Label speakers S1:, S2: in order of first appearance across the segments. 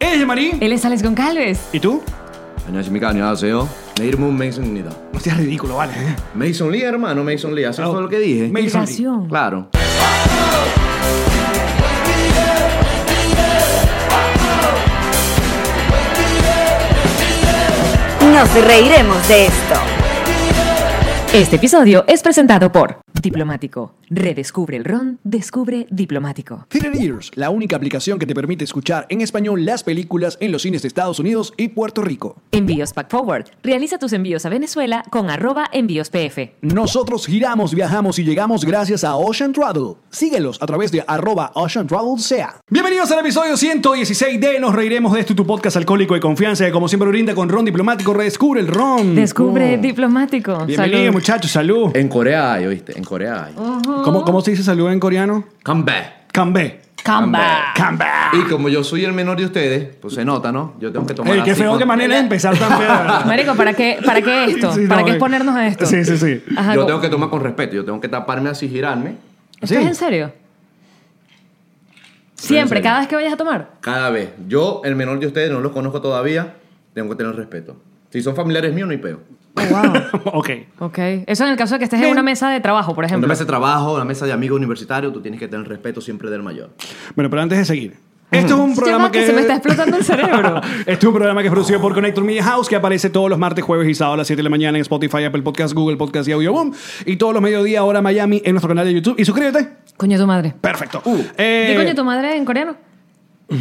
S1: DJ Marí.
S2: Él es Alex Goncalves.
S1: ¿Y tú?
S3: 안녕하십니까 안녕하세요 네이름은 메이슨입니다
S1: No seas ridículo, vale.
S3: 메이슨 Lee hermano Mason Lee eso fue lo que dije
S1: Mason Lee.
S2: Migración.
S3: claro
S4: Nos reiremos de esto.
S2: Este episodio es presentado por Diplomático. Redescubre el ron, descubre Diplomático.
S1: Theater Ears, la única aplicación que te permite escuchar en español las películas en los cines de Estados Unidos y Puerto Rico.
S2: Envíos Pack Forward. Realiza tus envíos a Venezuela con arroba envíos PF.
S1: Nosotros giramos, viajamos y llegamos gracias a Ocean Travel. Síguelos a través de arroba Ocean Travel sea. Bienvenidos al episodio 116 de Nos Reiremos de esto, tu podcast alcohólico de confianza que como siempre brinda con Ron Diplomático. Redescubre el Ron.
S2: Descubre
S1: Oh.
S2: Diplomático.
S1: Bienvenidos
S2: Salud. Eh,
S1: muchachos, salud.
S3: en Corea hay oíste en Corea hay
S1: ¿Cómo, ¿Cómo se dice salud en coreano?
S3: come back
S1: Kambe.
S2: Come back.
S1: Kambe.
S3: y como yo soy el menor de ustedes pues se nota ¿no? yo tengo que tomar
S1: Ey, qué
S3: así
S1: feo
S3: con-
S1: que manera de empezar tan fea.
S2: Marico, ¿para qué, ¿para qué esto?
S1: Sí,
S2: ¿Para
S1: no,
S2: qué
S1: eh.
S2: exponernos a esto?
S1: Sí, sí, sí.
S2: Ajá,
S3: yo
S2: go-
S3: tengo que tomar con respeto yo tengo que taparme así girarme
S2: ¿Esto
S1: Sí.
S2: es en serio?
S3: en
S2: Siempre,
S3: serio.
S2: cada vez que vayas a tomar.
S3: cada vez yo el menor de ustedes no los conozco todavía tengo que tener respeto si son familiares míos no hay peo
S2: Oh,
S1: ok.
S2: Ok. Eso en el caso de que estés en una mesa de trabajo, por
S3: una
S2: ejemplo.
S3: mesa de trabajo una mesa de amigos universitarios tú tienes que tener respeto siempre del mayor
S1: Bueno, pero antes de seguir. Esto es un
S2: Ya va,
S1: programa
S2: que...
S1: que...
S2: se me está explotando el cerebro.
S1: Este es un programa que es producido por Connector Media House que aparece todos los martes, jueves y sábados a las 7 de la mañana en Spotify, Apple Podcast, Google Podcast y Audioboom. Y todos los mediodía hora Miami en nuestro canal de YouTube. Y suscríbete.
S2: Coño tu madre.
S1: Perfecto.
S2: ¿Qué
S1: Eh,
S2: coño tu madre en coreano?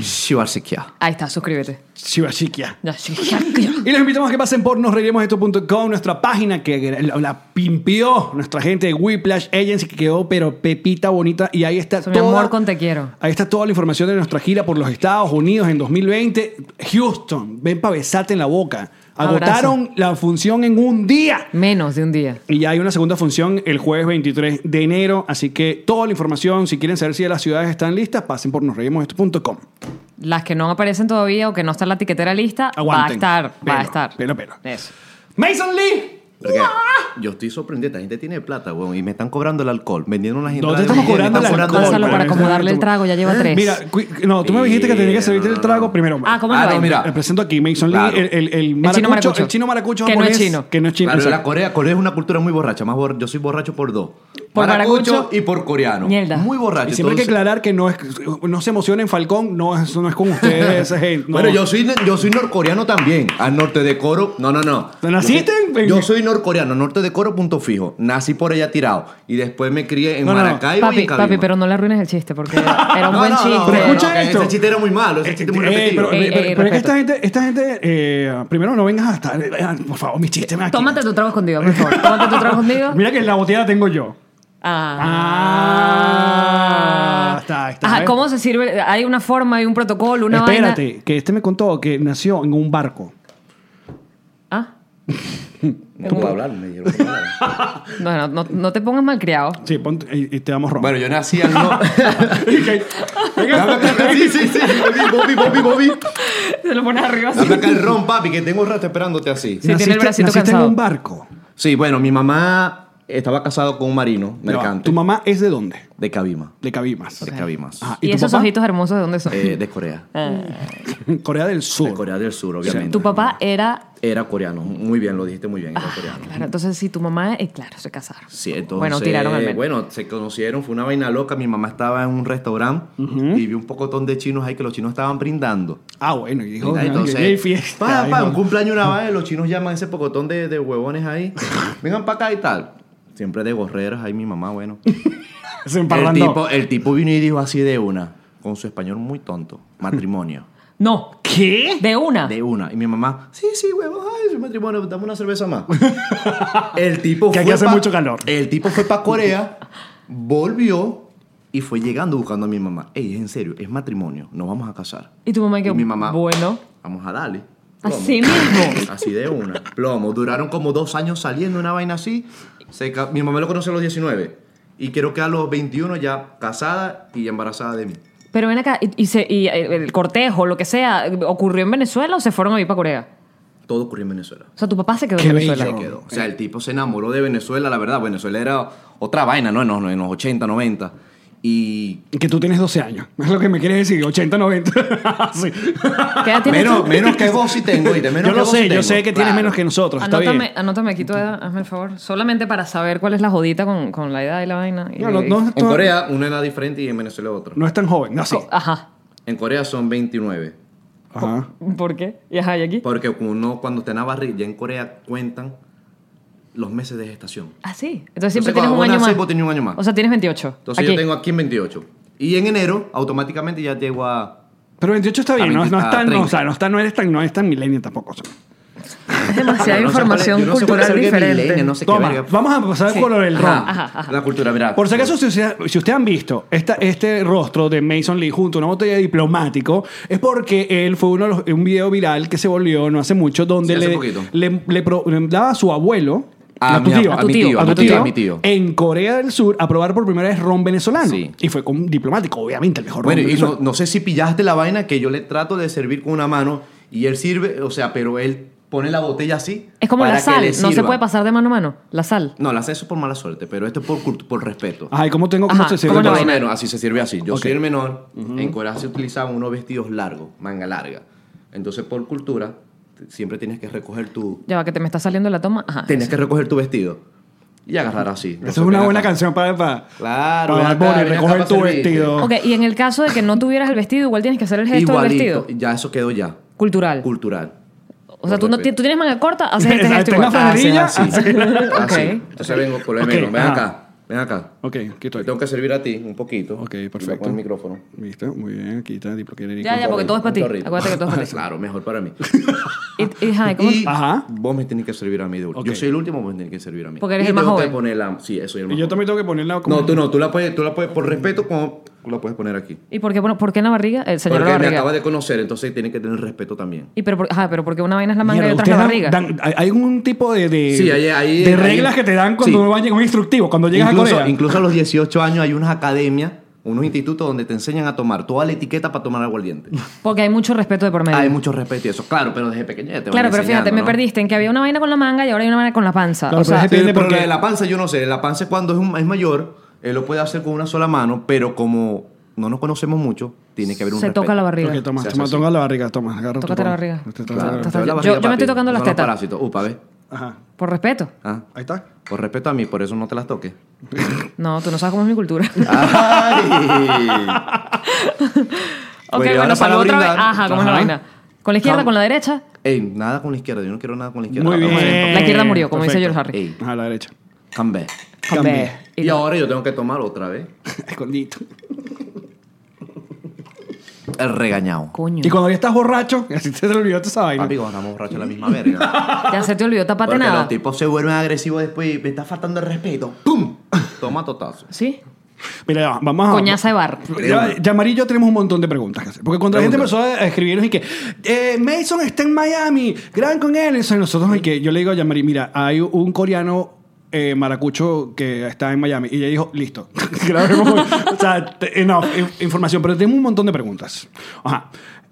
S3: Shibarsekia
S2: Ahí está, suscríbete.
S1: Shibashikia.
S2: Ya, sí, ya, ya.
S1: Y los invitamos a que pasen por nosreiremosesto.com, nuestra página que la, la pimpió nuestra gente de Whiplash Agency, que quedó pero pepita bonita. Y ahí está
S2: Eso, mi
S1: toda,
S2: amor, con te quiero.
S1: Ahí está toda la información de nuestra gira por los Estados Unidos en 2020. Houston, ven para besarte en la boca.
S2: Abrazo.
S1: Agotaron la función en un día.
S2: Menos de un día.
S1: Y ya hay una segunda función el jueves 23 de enero. Así que toda la información, si quieren saber si las ciudades están listas, pasen por nosreímosesto.com.
S2: Las que no aparecen todavía o que no está en la etiquetera lista, va a
S1: Aguanten.
S2: estar, va
S1: Pero,
S2: a estar.
S1: pero, pero.
S2: Eso.
S1: ¡Mason Lee!
S3: Porque yo estoy sorprendido, esta gente tiene plata, weón, y me están cobrando el alcohol, vendiendo unas
S1: te
S3: entradas. de
S1: estamos
S3: billete,
S1: cobrando
S3: me
S1: el
S3: están
S1: alcohol?
S2: Gonzalo, para
S1: pero-
S2: acomodarle el trago, ya lleva tres.
S1: Mira, cu- no, tú me dijiste que tenía que servirte el trago primero.
S2: Ah, ¿cómo
S3: Ah,
S2: lo
S3: no,
S2: ven?
S3: mira.
S1: Le presento aquí Mason Lee,
S3: Claro.
S1: el, el, el
S2: El chino
S1: maracucho,
S2: maracucho.
S1: el chino maracucho
S2: Que no es
S1: japonés,
S2: chino.
S1: Que no es chino.
S3: Claro, la
S1: exacto.
S3: Corea, Corea es una cultura muy borracha, más borr- yo soy borracho por dos.
S2: Por
S3: maracucho,
S2: maracucho
S3: y por coreano.
S2: Mierda.
S3: Muy borracho.
S1: Y siempre hay que
S3: entonces-
S1: aclarar que no, es, no se emocionen, Falcón, no, eso no es con ustedes, esa gente. no.
S3: Bueno, yo soy, yo soy norcoreano también. Al norte de Coro. No, no, no.
S1: ¿Te naciste
S3: Yo soy,
S1: en-
S3: yo soy norcoreano, norte de Coro, punto fijo. Nací por allá tirado. Y después me crié en
S1: No, no, no.
S3: Maracaibo y
S2: Papi,
S3: en Cabima.
S2: papi, pero no le arruines el chiste porque era un
S3: No,
S2: buen
S3: no, no,
S2: chiste.
S3: no, no,
S1: escucha
S3: que
S1: esto.
S3: Ese chiste era muy malo, ese
S1: Eh,
S3: chiste muy
S1: eh,
S3: repetido.
S1: pero,
S2: Ey,
S1: pero-
S2: ey,
S1: pero es que esta
S2: respeto.
S1: gente, esta gente eh, primero no vengas hasta. eh, por favor, mis chistes me aquí.
S2: Tómate tu trago escondido, por favor. Tómate tu trago escondido.
S1: Mira que la botella la tengo yo. Ah, está, está,
S2: Ajá,
S1: ¿ves?
S2: ¿cómo se sirve? Hay una forma, hay un protocolo, una
S1: Espérate,
S2: vaina.
S1: que este me contó que nació en un barco.
S2: Ah,
S3: No puedo hablar, me dijeron. que no hablara.
S2: no, no, no, no te pongas malcriado.
S1: Sí, ponte, y, y te damos ron.
S3: Bueno, yo nací al norte. Dame
S1: Venga,
S3: acá- Sí, sí, sí. Bobby, Bobby, Bobby, Bobby.
S2: Se lo pones arriba así.
S3: Dame acá el ron, papi, que tengo un rato esperándote así.
S2: Sí, tiene el bracito
S1: naciste
S2: cansado.
S1: en un barco.
S3: Sí, bueno, mi mamá estaba casado con un marino
S1: Ya va,
S3: mercante.
S1: ¿Tu mamá es de dónde?
S3: De Cabima.
S1: De Cabimas.
S3: De Cabimas.
S1: Ajá,
S2: ¿Y,
S1: tu
S2: esos
S1: papá?
S2: ojitos hermosos de dónde son? Ah.
S3: Eh, de Corea.
S1: Corea del
S3: De
S1: Sur.
S3: Corea del Sur, obviamente.
S2: tu papá era
S3: Era coreano. Muy bien, lo dijiste muy bien. Era
S2: Ah,
S3: coreano.
S2: claro, entonces si tu mamá, eh, claro, se casaron.
S3: Sí, entonces,
S2: bueno, tiraron al menos.
S3: Bueno, se conocieron, fue una vaina loca. Mi mamá estaba en un restaurante y vi un pocotón de chinos ahí que los chinos estaban brindando.
S1: Ah, bueno, y dijo,
S3: Ahí,
S1: entonces,
S3: entonces,
S1: hay fiesta.
S3: pa, pa,
S1: dijo.
S3: un cumpleaños una vaina, los chinos llaman a ese pocotón de, de huevones ahí. Vengan para acá y tal. Siempre de gorreras, ahí mi mamá, bueno.
S1: Se
S3: El
S1: emparrandó.
S3: tipo, el tipo vino y dijo así de una, con su español muy tonto, matrimonio.
S2: No,
S1: ¿Qué?
S2: de una.
S3: De una. Y mi mamá, sí, sí, huevón, ay, es matrimonio, dame una cerveza más. el tipo
S1: Que aquí hace mucho calor.
S3: El tipo fue para Corea, volvió y fue llegando buscando a mi mamá. Ey, es en serio, es matrimonio, nos vamos a casar.
S2: Y tu mamá
S3: Y
S2: que
S3: mi mamá,
S2: Bueno,
S3: Vamos a darle. plomo".
S2: así mismo.
S3: Así de una. Plomo. Duraron como dos años saliendo una vaina así. Se ca- Mi mamá lo conoce a los 19. Y creo que a los 21 ya casada y embarazada de mí.
S2: Pero ven acá, y, y se- y, eh, el cortejo, lo que sea, ¿ocurrió en Venezuela o se fueron a vivir para Corea?
S3: Todo ocurrió en Venezuela.
S2: O sea, tu papá se quedó
S1: Qué
S2: en
S1: bello.
S2: Venezuela.
S3: Se quedó. O sea, el tipo se enamoró de Venezuela, la verdad. Venezuela era otra vaina, ¿no? En los, en los 80, 90. Y
S1: Que tú tienes 12 años. Es lo que me quieres decir, 80, 90. Sí.
S2: ¿Qué edad tienes
S3: menos,
S2: tú?
S3: menos que vos sí tengo, y de menos
S1: yo lo
S3: que vos sí
S1: sé, yo
S3: tengo.
S1: sé que tienes
S3: Claro.
S1: menos que nosotros. Está
S2: Anótame,
S1: bien.
S2: anótame aquí tu edad, hazme el favor. Solamente para saber cuál es la jodita con, con la edad y la vaina. Y-
S1: No, no, no,
S3: En
S1: esto-
S3: Corea, una edad diferente y en Venezuela otra.
S1: no es tan joven. No, sí.
S2: Ajá.
S3: En Corea son 29.
S1: Ajá.
S2: ¿Por qué? Y ajá, ¿y aquí?
S3: Porque uno, cuando está en la barriga, ya en Corea cuentan los meses de gestación.
S2: Ah, sí. Entonces siempre tienes
S3: Entonces, cuando
S2: un
S3: vos
S2: año
S3: nacés,
S2: más.
S3: vos tenías un año más.
S2: O sea, tienes 28.
S3: Entonces
S2: aquí.
S3: yo tengo aquí en 28. Y en enero, automáticamente ya llego a...
S1: Pero 28 está bien, no, no,
S3: 20,
S1: es tan,
S3: a
S1: no,
S3: 30.
S1: o sea, no, está, no eres tan, no es tan milenio tampoco. o sea.
S2: Es demasiada
S3: Yo no sé cuál es-
S2: información
S3: yo no sé cuál es
S2: cultural
S3: el que
S2: diferente.
S3: milenio, no sé qué
S1: Toma,
S3: verga.
S1: vamos a pasar
S2: Sí.
S1: por lo del ron.
S3: Ajá, La cultura, mira.
S1: Por si acaso, si ustedes si usted han visto esta- este rostro de Mason Lee junto a una botella de diplomático, es porque él fue uno de los- un video viral que se volvió no hace mucho, donde
S3: Sí, hace
S1: le,
S3: poquito.
S1: le, le pro- le daba a su abuelo.
S3: A
S1: tu
S3: mi
S1: tío,
S3: ab- a mi tío,
S1: a
S2: a
S1: tu
S2: tu
S1: tío,
S2: tío.
S3: mi tío.
S1: En Corea del Sur, a probar por primera vez ron venezolano.
S3: Sí.
S1: Y fue con diplomático, obviamente, el mejor
S3: Bueno,
S1: ron
S3: y no,
S1: venezolano.
S3: no sé si pillaste la vaina que yo le trato de servir con una mano y él sirve, o sea, pero él pone la botella así.
S2: Es como
S3: para
S2: la
S3: que
S2: sal,
S3: le
S2: no se
S3: sirva.
S2: puede pasar de mano a mano. La sal.
S3: No, la hace eso por mala suerte, pero esto es por, cultu- por respeto.
S1: Ay, ¿cómo tengo cómo
S2: Ajá,
S1: se- se-
S2: ¿cómo
S3: Por
S2: la
S3: lo
S2: vaina?
S3: menos, así se sirve así. Yo
S1: Ok.
S3: soy el menor. En Corea se utilizaban unos vestidos largos, manga larga. Entonces, por cultura, t- siempre tienes que recoger tu,
S2: Ya va, que te me está saliendo la toma. Ajá.
S3: tienes que recoger tu vestido y agarrar así.
S1: Esa es una buena canción para, para,
S3: Claro,
S1: para
S3: ven
S1: Bad
S3: acá,
S1: Bunny,
S3: ven acá
S1: recoger
S3: para
S1: tu
S3: servirte.
S1: vestido.
S2: Ok, y en el caso de que no tuvieras el vestido, igual tienes que hacer el gesto del
S3: Igualito.
S2: vestido.
S3: Ya eso quedó ya.
S2: Cultural.
S3: Cultural.
S2: o sea, tú, no, ti-
S3: respeto.
S2: tú tienes manga corta, haces este
S1: Exacto,
S2: gesto
S1: en la
S2: igual.
S1: fra- franelilla,
S3: Hacen así. Así.
S2: Ok.
S3: Entonces vengo por lo
S1: Ok,
S3: menos. Ven
S1: ajá.
S3: acá. Ven acá.
S1: Ok, aquí
S3: Te
S1: estoy.
S3: tengo que servir a ti un poquito.
S1: Ok,
S3: Y voy a
S1: perfecto.
S3: poner el micrófono.
S1: Listo, muy bien, aquí está Diplo Kennedy.
S2: Ya, ya, porque todo es para ti.
S3: Un chorrito.
S2: Acuérdate que todo es para ti.
S3: Claro, mejor para mí.
S2: Y, y, ajá, ¿y cómo-
S3: Y
S1: Ajá.
S3: vos me tenés que servir a mí de último.
S1: Ok.
S3: Yo soy el último, vos me tenés que servir a mí.
S2: Porque eres
S3: Y
S2: el más
S3: tengo que
S2: joven.
S3: poner la- Sí, soy el más
S1: Y yo
S3: joven.
S1: también tengo que ponerla como...
S3: No, tú no. Tú la puedes, tú la puedes por respeto, como la puedes poner aquí.
S2: ¿Y por qué, bueno, por qué en la barriga? El señor de
S3: Porque
S2: la
S3: me
S2: barriga.
S3: acabas de conocer, entonces tienes que tener respeto también.
S2: Y pero, por- ajá, pero porque una vaina es la manga
S1: Mierda,
S2: y otra es la
S1: ustedes
S2: barriga.
S1: dan- dan- hay- hay un tipo de, de,
S3: Sí, ahí- ahí-
S1: de
S3: ahí-
S1: reglas que te dan cuando
S3: sí.
S1: no vas a un instructivo, cuando llegas
S3: incluso,
S1: a Corea.
S3: incluso a los 18 años hay unas academias, unos institutos donde te enseñan a tomar toda la etiqueta para tomar aguardiente.
S2: Porque hay mucho respeto de por medio.
S3: Hay mucho respeto y eso, claro, pero desde pequeña ya te van
S2: claro, pero
S3: enseñando,
S2: fíjate, me
S3: ¿no?
S2: perdiste en que había una vaina con la manga y ahora hay una vaina con la panza.
S1: Claro,
S2: o
S1: pero
S2: sea,
S1: es
S3: Sí,
S1: Depende
S3: pero
S1: porque-
S3: la de la panza yo no sé, la panza es cuando es, un- es mayor, él lo puede hacer con una sola mano, pero como no nos conocemos mucho, tiene que haber un
S2: se
S3: respeto.
S2: toca la barriga.
S1: Ok, toma,
S3: Se hace
S1: toma,
S3: así.
S1: toma la barriga, toma, agarra tu
S2: Tócate la
S1: palo.
S2: barriga.
S1: Este,
S3: Claro,
S1: toma,
S2: Estás-
S3: te veo la
S2: yo-
S3: barriga,
S2: yo me estoy
S3: papi,
S2: tocando
S3: son
S2: las
S3: los
S2: tetas.
S3: parásitos. Upa, ¿ves?
S1: Ajá,
S2: Por respeto.
S3: Ah,
S1: ahí está.
S3: por respeto a mí, por eso no te las toques.
S2: No, tú no sabes cómo es mi cultura.
S3: ¡Ay!
S2: ok,
S3: Bueno, y
S2: bueno,
S3: ahora
S2: salgo otra
S3: para
S2: vez.
S3: brindar.
S2: Ajá, ¿cómo es la
S1: Ajá.
S2: vaina? ¿Con la izquierda,
S3: Vamos.
S2: con la derecha?
S3: Ey, nada con la izquierda, yo no quiero nada con la izquierda.
S1: Muy
S3: Vamos a
S1: bien.
S3: ver,
S2: La izquierda murió, como dice
S1: Perfecto.
S2: George Harry.
S3: Ey,
S1: Ajá, a la derecha.
S3: cambé.
S1: Cambé.
S3: Y ahora yo tengo que tomar otra vez.
S1: Escondito.
S3: El regañado.
S2: Coño.
S1: Y cuando ya estás borracho, así te se le olvidó toda esa vaina.
S3: Papi, cuando estamos borrachos es la misma verga.
S2: Ya se te olvidó tapate
S3: Porque
S2: nada.
S3: los tipos se vuelven agresivos después y me está faltando el respeto. ¡Pum! Toma totazo.
S2: ¿Sí?
S1: Ah, Mira, ya va, vamos a...
S2: Coñaza de bar.
S1: Ya, ya Mari y yo tenemos un montón de preguntas que hacer. Porque cuando la gente empezó
S3: Pregunta.
S1: a escribirnos y que eh, Mason está en Miami, gran con él. Eso, y nosotros, y que yo le digo a Yamari, mira, hay un coreano eh, maracucho que está en Miami. Y ella dijo, listo. Grabemos. o sea, te- eh, no, eh, información, pero tenemos un montón de preguntas. Ajá.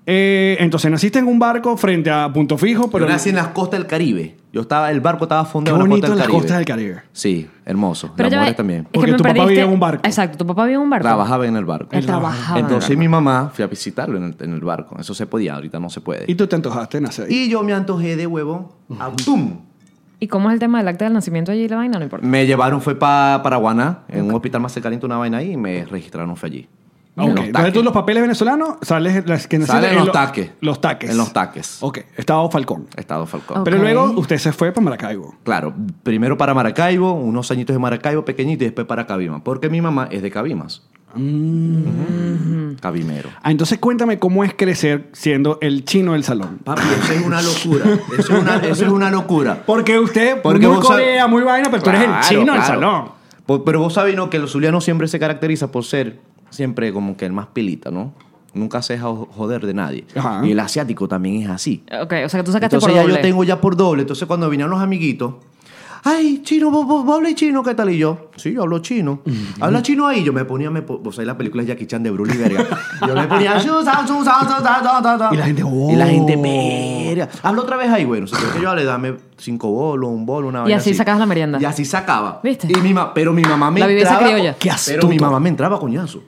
S1: Eh, entonces, naciste en un barco frente a Punto Fijo, pero.
S3: Pero nací en las costas del Caribe. Yo estaba, el barco estaba a
S1: Qué
S3: fondo de las
S1: bonito
S3: costas del
S1: las
S3: Caribe.
S1: costas del Caribe.
S3: Sí, hermoso.
S2: Pero
S3: Las
S2: ya
S3: mujeres
S2: ve-
S3: también.
S2: es que
S1: Porque
S2: me
S1: tu papá
S2: perdiste-
S1: vivía en un barco.
S2: Exacto, tu papá vivía en un barco.
S3: Trabajaba en el barco.
S2: Él trabajaba. en el
S3: Entonces
S2: barco.
S3: mi mamá fui a visitarlo en el, en el barco. Eso se podía, ahorita no se puede.
S1: Y tú te antojaste de nacer ahí.
S3: Y yo me antojé de huevo. a- ¡Pum!
S2: ¿Y cómo es el tema del acta del nacimiento allí y la vaina? No importa.
S3: Me llevaron, fue para Paraguaná, en un hospital más cercano, una vaina ahí, y me registraron, fue allí.
S1: Ok,
S3: En los
S1: Entonces
S3: taques.
S1: tú los papeles venezolanos sales las que naciste
S3: Salen
S1: en
S3: los
S1: lo-
S3: taques.
S1: Los taques.
S3: En los taques.
S1: Ok, Estado Falcón.
S3: Estado Falcón.
S2: Ok.
S1: Pero luego usted se fue para Maracaibo.
S3: Claro, primero para Maracaibo, unos añitos de Maracaibo pequeñito y después para Cabima, porque mi mamá es de Cabimas. Ujú. Cabimero.
S1: Ah, entonces cuéntame cómo es crecer siendo el chino del salón.
S3: Papi, eso es una locura. Eso es una, eso es una locura.
S1: Porque usted,
S3: Porque
S1: muy
S3: vos sab-
S1: Corea, muy vaina, pero tú eres el
S3: Claro,
S1: chino del
S3: claro.
S1: salón.
S3: Po- pero vos sabés, ¿no? Que los zulianos siempre se caracteriza por ser siempre como que el más pilita, ¿no? Nunca se deja jo- joder de nadie.
S1: Ajá.
S3: Y el asiático también es así.
S2: Ok, o sea que tú sacaste
S3: Entonces
S2: por
S3: ya
S2: doble.
S3: yo tengo ya por doble. Entonces cuando vinieron los amiguitos, ay, chino, vos, vos- vos hablas chino, ¿qué tal? Y yo, sí, yo hablo chino. ¿Habla chino ahí? Yo me ponía, me, po- vos sabés la película de Jackie Chan de Broly, verga. Yo me ponía, "Shu, sa, su, sa, su, sa, sa, sa, sa".
S1: Y la gente,
S3: Y la
S1: "Oh".
S3: gente, verga. Habla otra vez ahí, bueno. Si quieres que yo hable, dame cinco bolos, un bolo, una
S2: Y
S3: vaina
S2: así sacabas la merienda.
S3: Y así sacaba.
S2: ¿Viste?
S3: Y mi ma- pero mi mamá me
S2: La viveza
S3: entraba-
S2: criolla.
S1: Qué
S3: Pero mi
S1: astuto.
S3: mamá me entraba a coñazo.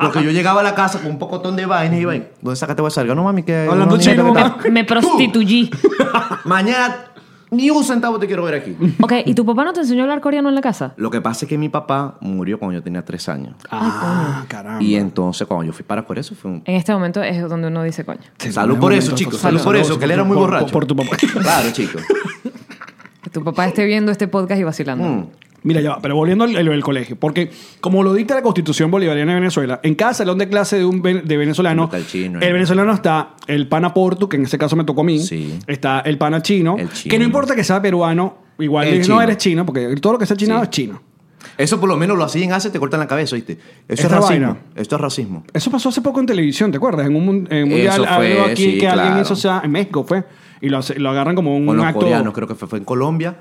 S3: Porque yo llegaba a la casa con un pocotón de vainas y iba, ¿dónde sacaste voy a salga? No, mami, que...
S1: Hablando
S3: no,
S1: chino.
S3: mira, ¿qué tal?".
S2: Me, me prostituyí.
S3: Mañana ni un centavo te quiero ver aquí.
S1: Uh.
S2: ok, ¿y tu papá no te enseñó a hablar coreano en la casa?
S3: Lo que pasa es que mi papá murió cuando yo tenía tres años.
S1: Ah, caramba.
S3: Y entonces cuando yo fui para Corea, eso fue un...
S2: En este momento es donde uno dice coño.
S1: Sí,
S3: Salud
S1: un
S3: por
S1: momento,
S3: eso, chicos.
S1: salud,
S3: Salud por
S1: salud,
S3: eso, que él era
S1: por-
S3: muy
S1: por-
S3: borracho.
S1: por tu papá.
S3: Claro, chicos.
S2: Que tu papá esté viendo este podcast y vacilando.
S3: Mm.
S1: Mira, ya va, pero volviendo al, al- al colegio, porque como lo dicta la Constitución Bolivariana de Venezuela, en cada salón de clase de un ven- de venezolano,
S3: Está el chino,
S1: el
S3: ¿eh?
S1: venezolano está el pana portu, que en ese caso me tocó a mí,
S3: Sí.
S1: está el pana chino,
S3: El
S1: que no
S3: chino.
S1: importa que sea peruano, igual
S3: El
S1: no
S3: chino.
S1: eres chino, porque todo lo que sea chinado
S3: Sí.
S1: es chino.
S3: Eso por lo menos lo hacían hace, te cortan la cabeza, ¿viste? Eso
S1: Esta
S3: es racismo.
S1: vaina.
S3: Esto es racismo.
S1: Eso pasó hace poco en televisión, ¿te acuerdas? En un, mun- en un
S3: Eso
S1: mundial,
S3: fue,
S1: algo aquí
S3: sí,
S1: que alguien
S3: claro.
S1: hizo, o sea, en México fue, y lo, hace- lo agarran como un
S3: Con los
S1: acto...
S3: coreanos, creo que fue, fue en Colombia,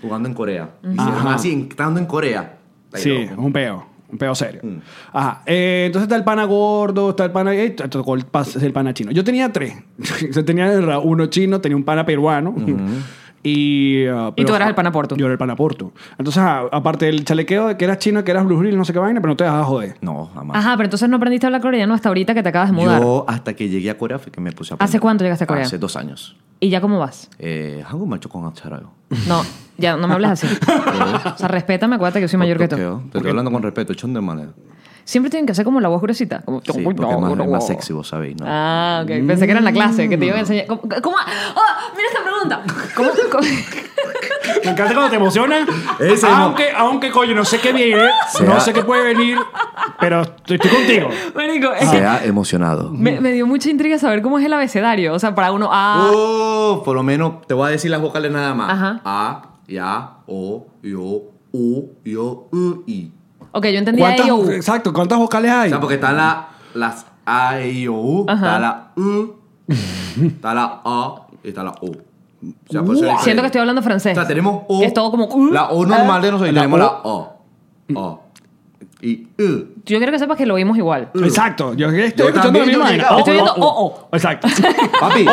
S3: jugando en Corea. Hicieron
S1: Ajá.
S3: así, entrando en Corea. Ahí Mm.
S1: Sí, es
S3: loco.
S1: un peo. Un peo serio. Ajá. Eh, entonces está el pana gordo, está el pana. eh, t- tocó el, pas- el pana chino. Yo tenía tres. Yo tenía ra- uno chino, tenía un pana peruano. Y, ah,
S2: Y tú eras el pana porto.
S1: Yo era el pana porto. Entonces, a- aparte del chalequeo de que eras chino, que eras Blue no sé qué vaina, pero no te dejabas joder.
S3: No, jamás.
S2: Ajá, pero entonces no aprendiste a hablar coreano hasta ahorita que te acabas de mudar.
S3: Yo hasta que llegué a Corea fue que me puse a aprender.
S2: ¿Hace cuánto llegaste a Corea?
S3: Hace dos años.
S2: ¿Y ya cómo vas?
S3: Eh, Hangu macho con Acharayo.
S2: No, ya no me hables así. o sea, respétame, acuérdate que yo soy mayor que tú.
S3: Te estoy hablando con respeto, chon de manera.
S2: Siempre tienen que hacer como la voz gruesita. Como,
S3: Sí, porque es más, es más sexy, vos sabéis, ¿no?
S2: Ah, ok. Pensé que era en la clase, que te iban a enseñar. ¿Cómo? cómo- ¡Ah! mira esta pregunta! ¿Cómo, cómo-
S1: Me encanta cuando te emociona.
S3: Ese no.
S1: aunque, aunque, coño, no sé qué viene, no
S3: Será-
S1: sé qué puede venir, pero estoy, estoy contigo.
S2: Marico, es que
S3: Sea emocionado.
S2: me, me dio mucha intriga saber cómo es el abecedario. O sea, para uno, ah,
S3: Oh, por lo menos te voy a decir las vocales nada más.
S2: Ajá.
S3: A, ya, o, yo, u, yo, u, i.
S2: ok, yo entendía
S1: ¿Cuántas,
S2: IOU.
S1: exacto, ¿cuántas vocales
S3: O
S1: hay?
S3: sea, porque están la, las A, e, I, O, U,
S2: Ajá.
S3: está la U, está la A y está la O. O sea, por eso es
S2: Siento que
S3: diferente.
S2: estoy hablando francés.
S3: O sea, tenemos O.
S2: Que es todo como, uh,
S3: la O normal de nosotros. y
S1: la
S3: tenemos
S1: O.
S3: la O. O. Y U.
S2: Yo quiero que sepas que lo vimos igual.
S1: Exacto, yo estoy
S3: Yo
S1: escuchando la
S3: también,
S1: misma
S3: yo
S1: vaina.
S3: llegaba.
S2: Yo estoy viendo, oh,
S1: Exacto.
S3: Papi.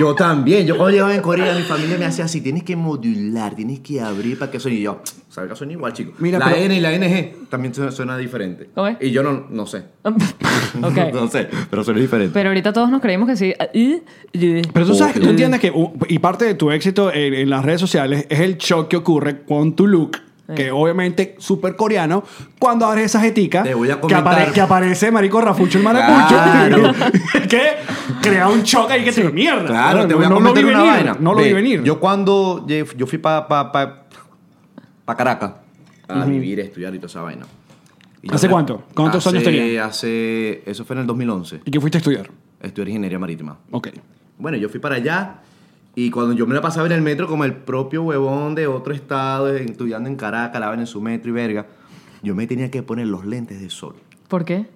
S3: Yo también. Yo cuando llegaba en Corea, mi familia me hacía así. Tienes que modular, tienes que abrir para que suene. Y yo, ¿sabes que suena igual, chicos?
S1: Mira,
S3: la
S1: pero-
S3: N y la NG también su- suena diferente.
S2: ¿Cómo es?
S3: Y yo no, no sé.
S2: ok.
S3: no sé, pero suena diferente.
S2: Pero ahorita todos nos creímos que sí. ah, uh, uh.
S1: Pero tú sabes que tú
S3: Ok.
S1: entiendes que, uh, y parte de tu éxito en, en las redes sociales es el shock que ocurre con tu look, que obviamente súper coreano, cuando abres esa jetica,
S3: Te voy a
S1: que,
S3: comentar.
S1: que aparece Marico Rafucho el maracucho,
S3: Claro.
S1: que crea un shock ahí que te mierda.
S3: Claro,
S1: No,
S3: te voy a
S1: no, no
S3: comentar
S1: lo vi
S3: una
S1: venir,
S3: vaina.
S1: No lo vi
S3: Ve,
S1: venir.
S3: Yo cuando lle- yo fui para pa, pa, pa Caracas a vivir, a estudiar y toda esa vaina. Y yo
S1: ¿Hace
S3: me-
S1: cuánto? ¿Cuántos años
S3: hace-
S1: tenías?
S3: Hace, eso fue en el 2011.
S1: ¿Y que fuiste a estudiar?
S3: Estudié ingeniería marítima.
S1: Ok.
S3: Bueno, yo fui para allá y cuando yo me la pasaba en el metro como el propio huevón de otro estado, eh, estudiando en Caracas, la van en su metro y verga, yo me tenía que poner los lentes de sol.
S2: ¿Por qué?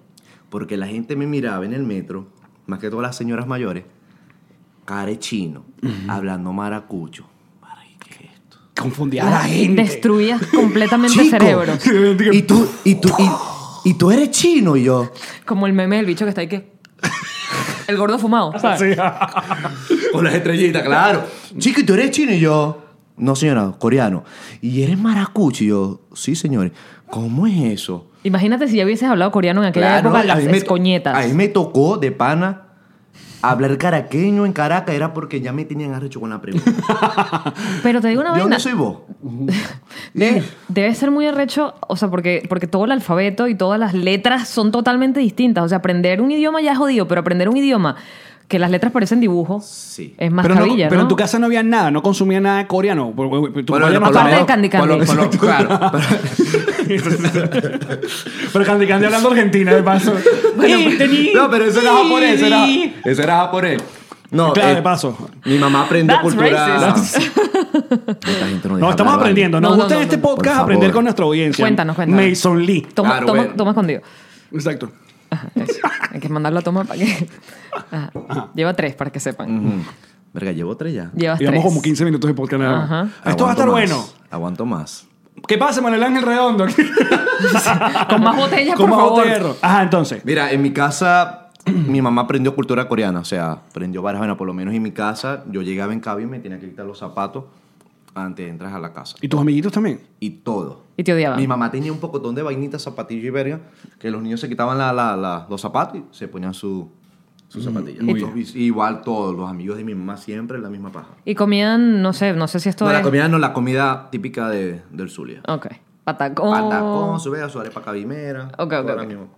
S3: Porque la gente me miraba en el metro, más que todas las señoras mayores, care chino, hablando maracucho. Ay, ¿qué es esto?
S1: Confundí a la gente.
S2: Destruías completamente el
S3: Chico,
S2: cerebro.
S3: Y tú, y tú, y, y tú eres chino y yo.
S2: Como el meme del bicho que está ahí que. El gordo fumado, ¿sabes?
S1: Sí.
S3: Con las estrellitas, claro. Chico, ¿y tú eres chino? Y yo, no señora, coreano. ¿Y eres maracucho? Y yo, sí señores. ¿Cómo es eso?
S2: Imagínate si ya hubieses hablado coreano en aquella época,
S3: a
S2: las
S3: mí me-
S2: escoñetas.
S3: A mí me tocó de pana hablar caraqueño en Caracas, era porque ya me tenían arrecho con la pregunta.
S2: Pero te digo una
S3: ¿De
S2: vaina.
S3: dónde soy vos? ¿Eh?
S2: Debe ser muy arrecho, o sea, porque, porque todo el alfabeto y todas las letras son totalmente distintas. O sea, aprender un idioma ya es jodido, pero aprender un idioma que las letras parecen dibujos
S3: Sí.
S2: es más
S1: pero, no-
S2: cabilla,
S1: pero
S2: ¿no?
S1: en tu casa no había nada, no consumía nada coreano. Tu
S3: Bueno,
S1: familia no
S3: por lo
S1: estaba-
S2: Aparte de
S3: menos-
S2: Candy
S3: por lo-
S2: Candy.
S3: por lo- claro.
S1: Pero Candy Candy hablando argentina, de paso. Y tení-
S3: No, pero eso era japonés, eso era, eso era japonés. No,
S1: Claro,
S3: eh,
S1: de paso.
S3: Mi mamá aprende
S2: That's
S3: cultura.
S2: racist.
S3: Esta gente no deja
S1: No, estamos
S3: hablar, vale.
S1: aprendiendo. Nos
S2: No, no,
S1: gusta en
S2: no,
S1: este
S2: no.
S1: podcast
S3: Por
S1: aprender
S3: favor.
S1: con nuestra audiencia.
S2: Cuéntanos, cuéntanos.
S1: Mason Lee.
S2: Toma,
S3: Claro,
S2: toma,
S3: bueno.
S2: toma escondido.
S1: Exacto.
S2: Ajá, eso. Hay que mandarlo a tomar para que. Ajá. Lleva tres para que sepan.
S3: Verga, llevo tres ya.
S1: Llevamos
S2: Llevas tres.
S1: Mm. como 15 minutos de podcast nada más.
S2: Ajá.
S1: Esto va a
S3: Aguanto
S1: estar
S3: más,
S1: bueno.
S3: Aguanto más.
S1: ¿Qué pasa, Manuel Ángel Redondo?
S2: Con más botellas,
S1: Con
S2: por
S1: más
S2: favor.
S1: botellas de ron. Ajá, entonces.
S3: Mira, en mi casa, mi mamá aprendió cultura coreana, o sea, aprendió varias vainas, por lo menos en mi casa. Yo llegaba en cabina y me tenía que quitar los zapatos antes de entrar a la casa.
S1: ¿Y tus amiguitos también?
S3: Y todo.
S2: Y te odiaban.
S3: Mi mamá tenía un pocotón de vainitas, zapatillas y verga, que los niños se quitaban la- la- la- los zapatos y se ponían su, sus zapatillas.
S1: muy
S3: Y- y- igual todos, los amigos de mi mamá siempre la misma paja.
S2: Y comían, no sé, no sé si esto
S3: No,
S2: es...
S3: la comida no, la comida típica de, del Zulia.
S2: Ok. Patacón.
S3: Patacón, su vea, su arepa cabimera.
S2: Oh. Ok,
S3: todo
S2: ok,
S3: ahora
S2: ok.
S3: mismo.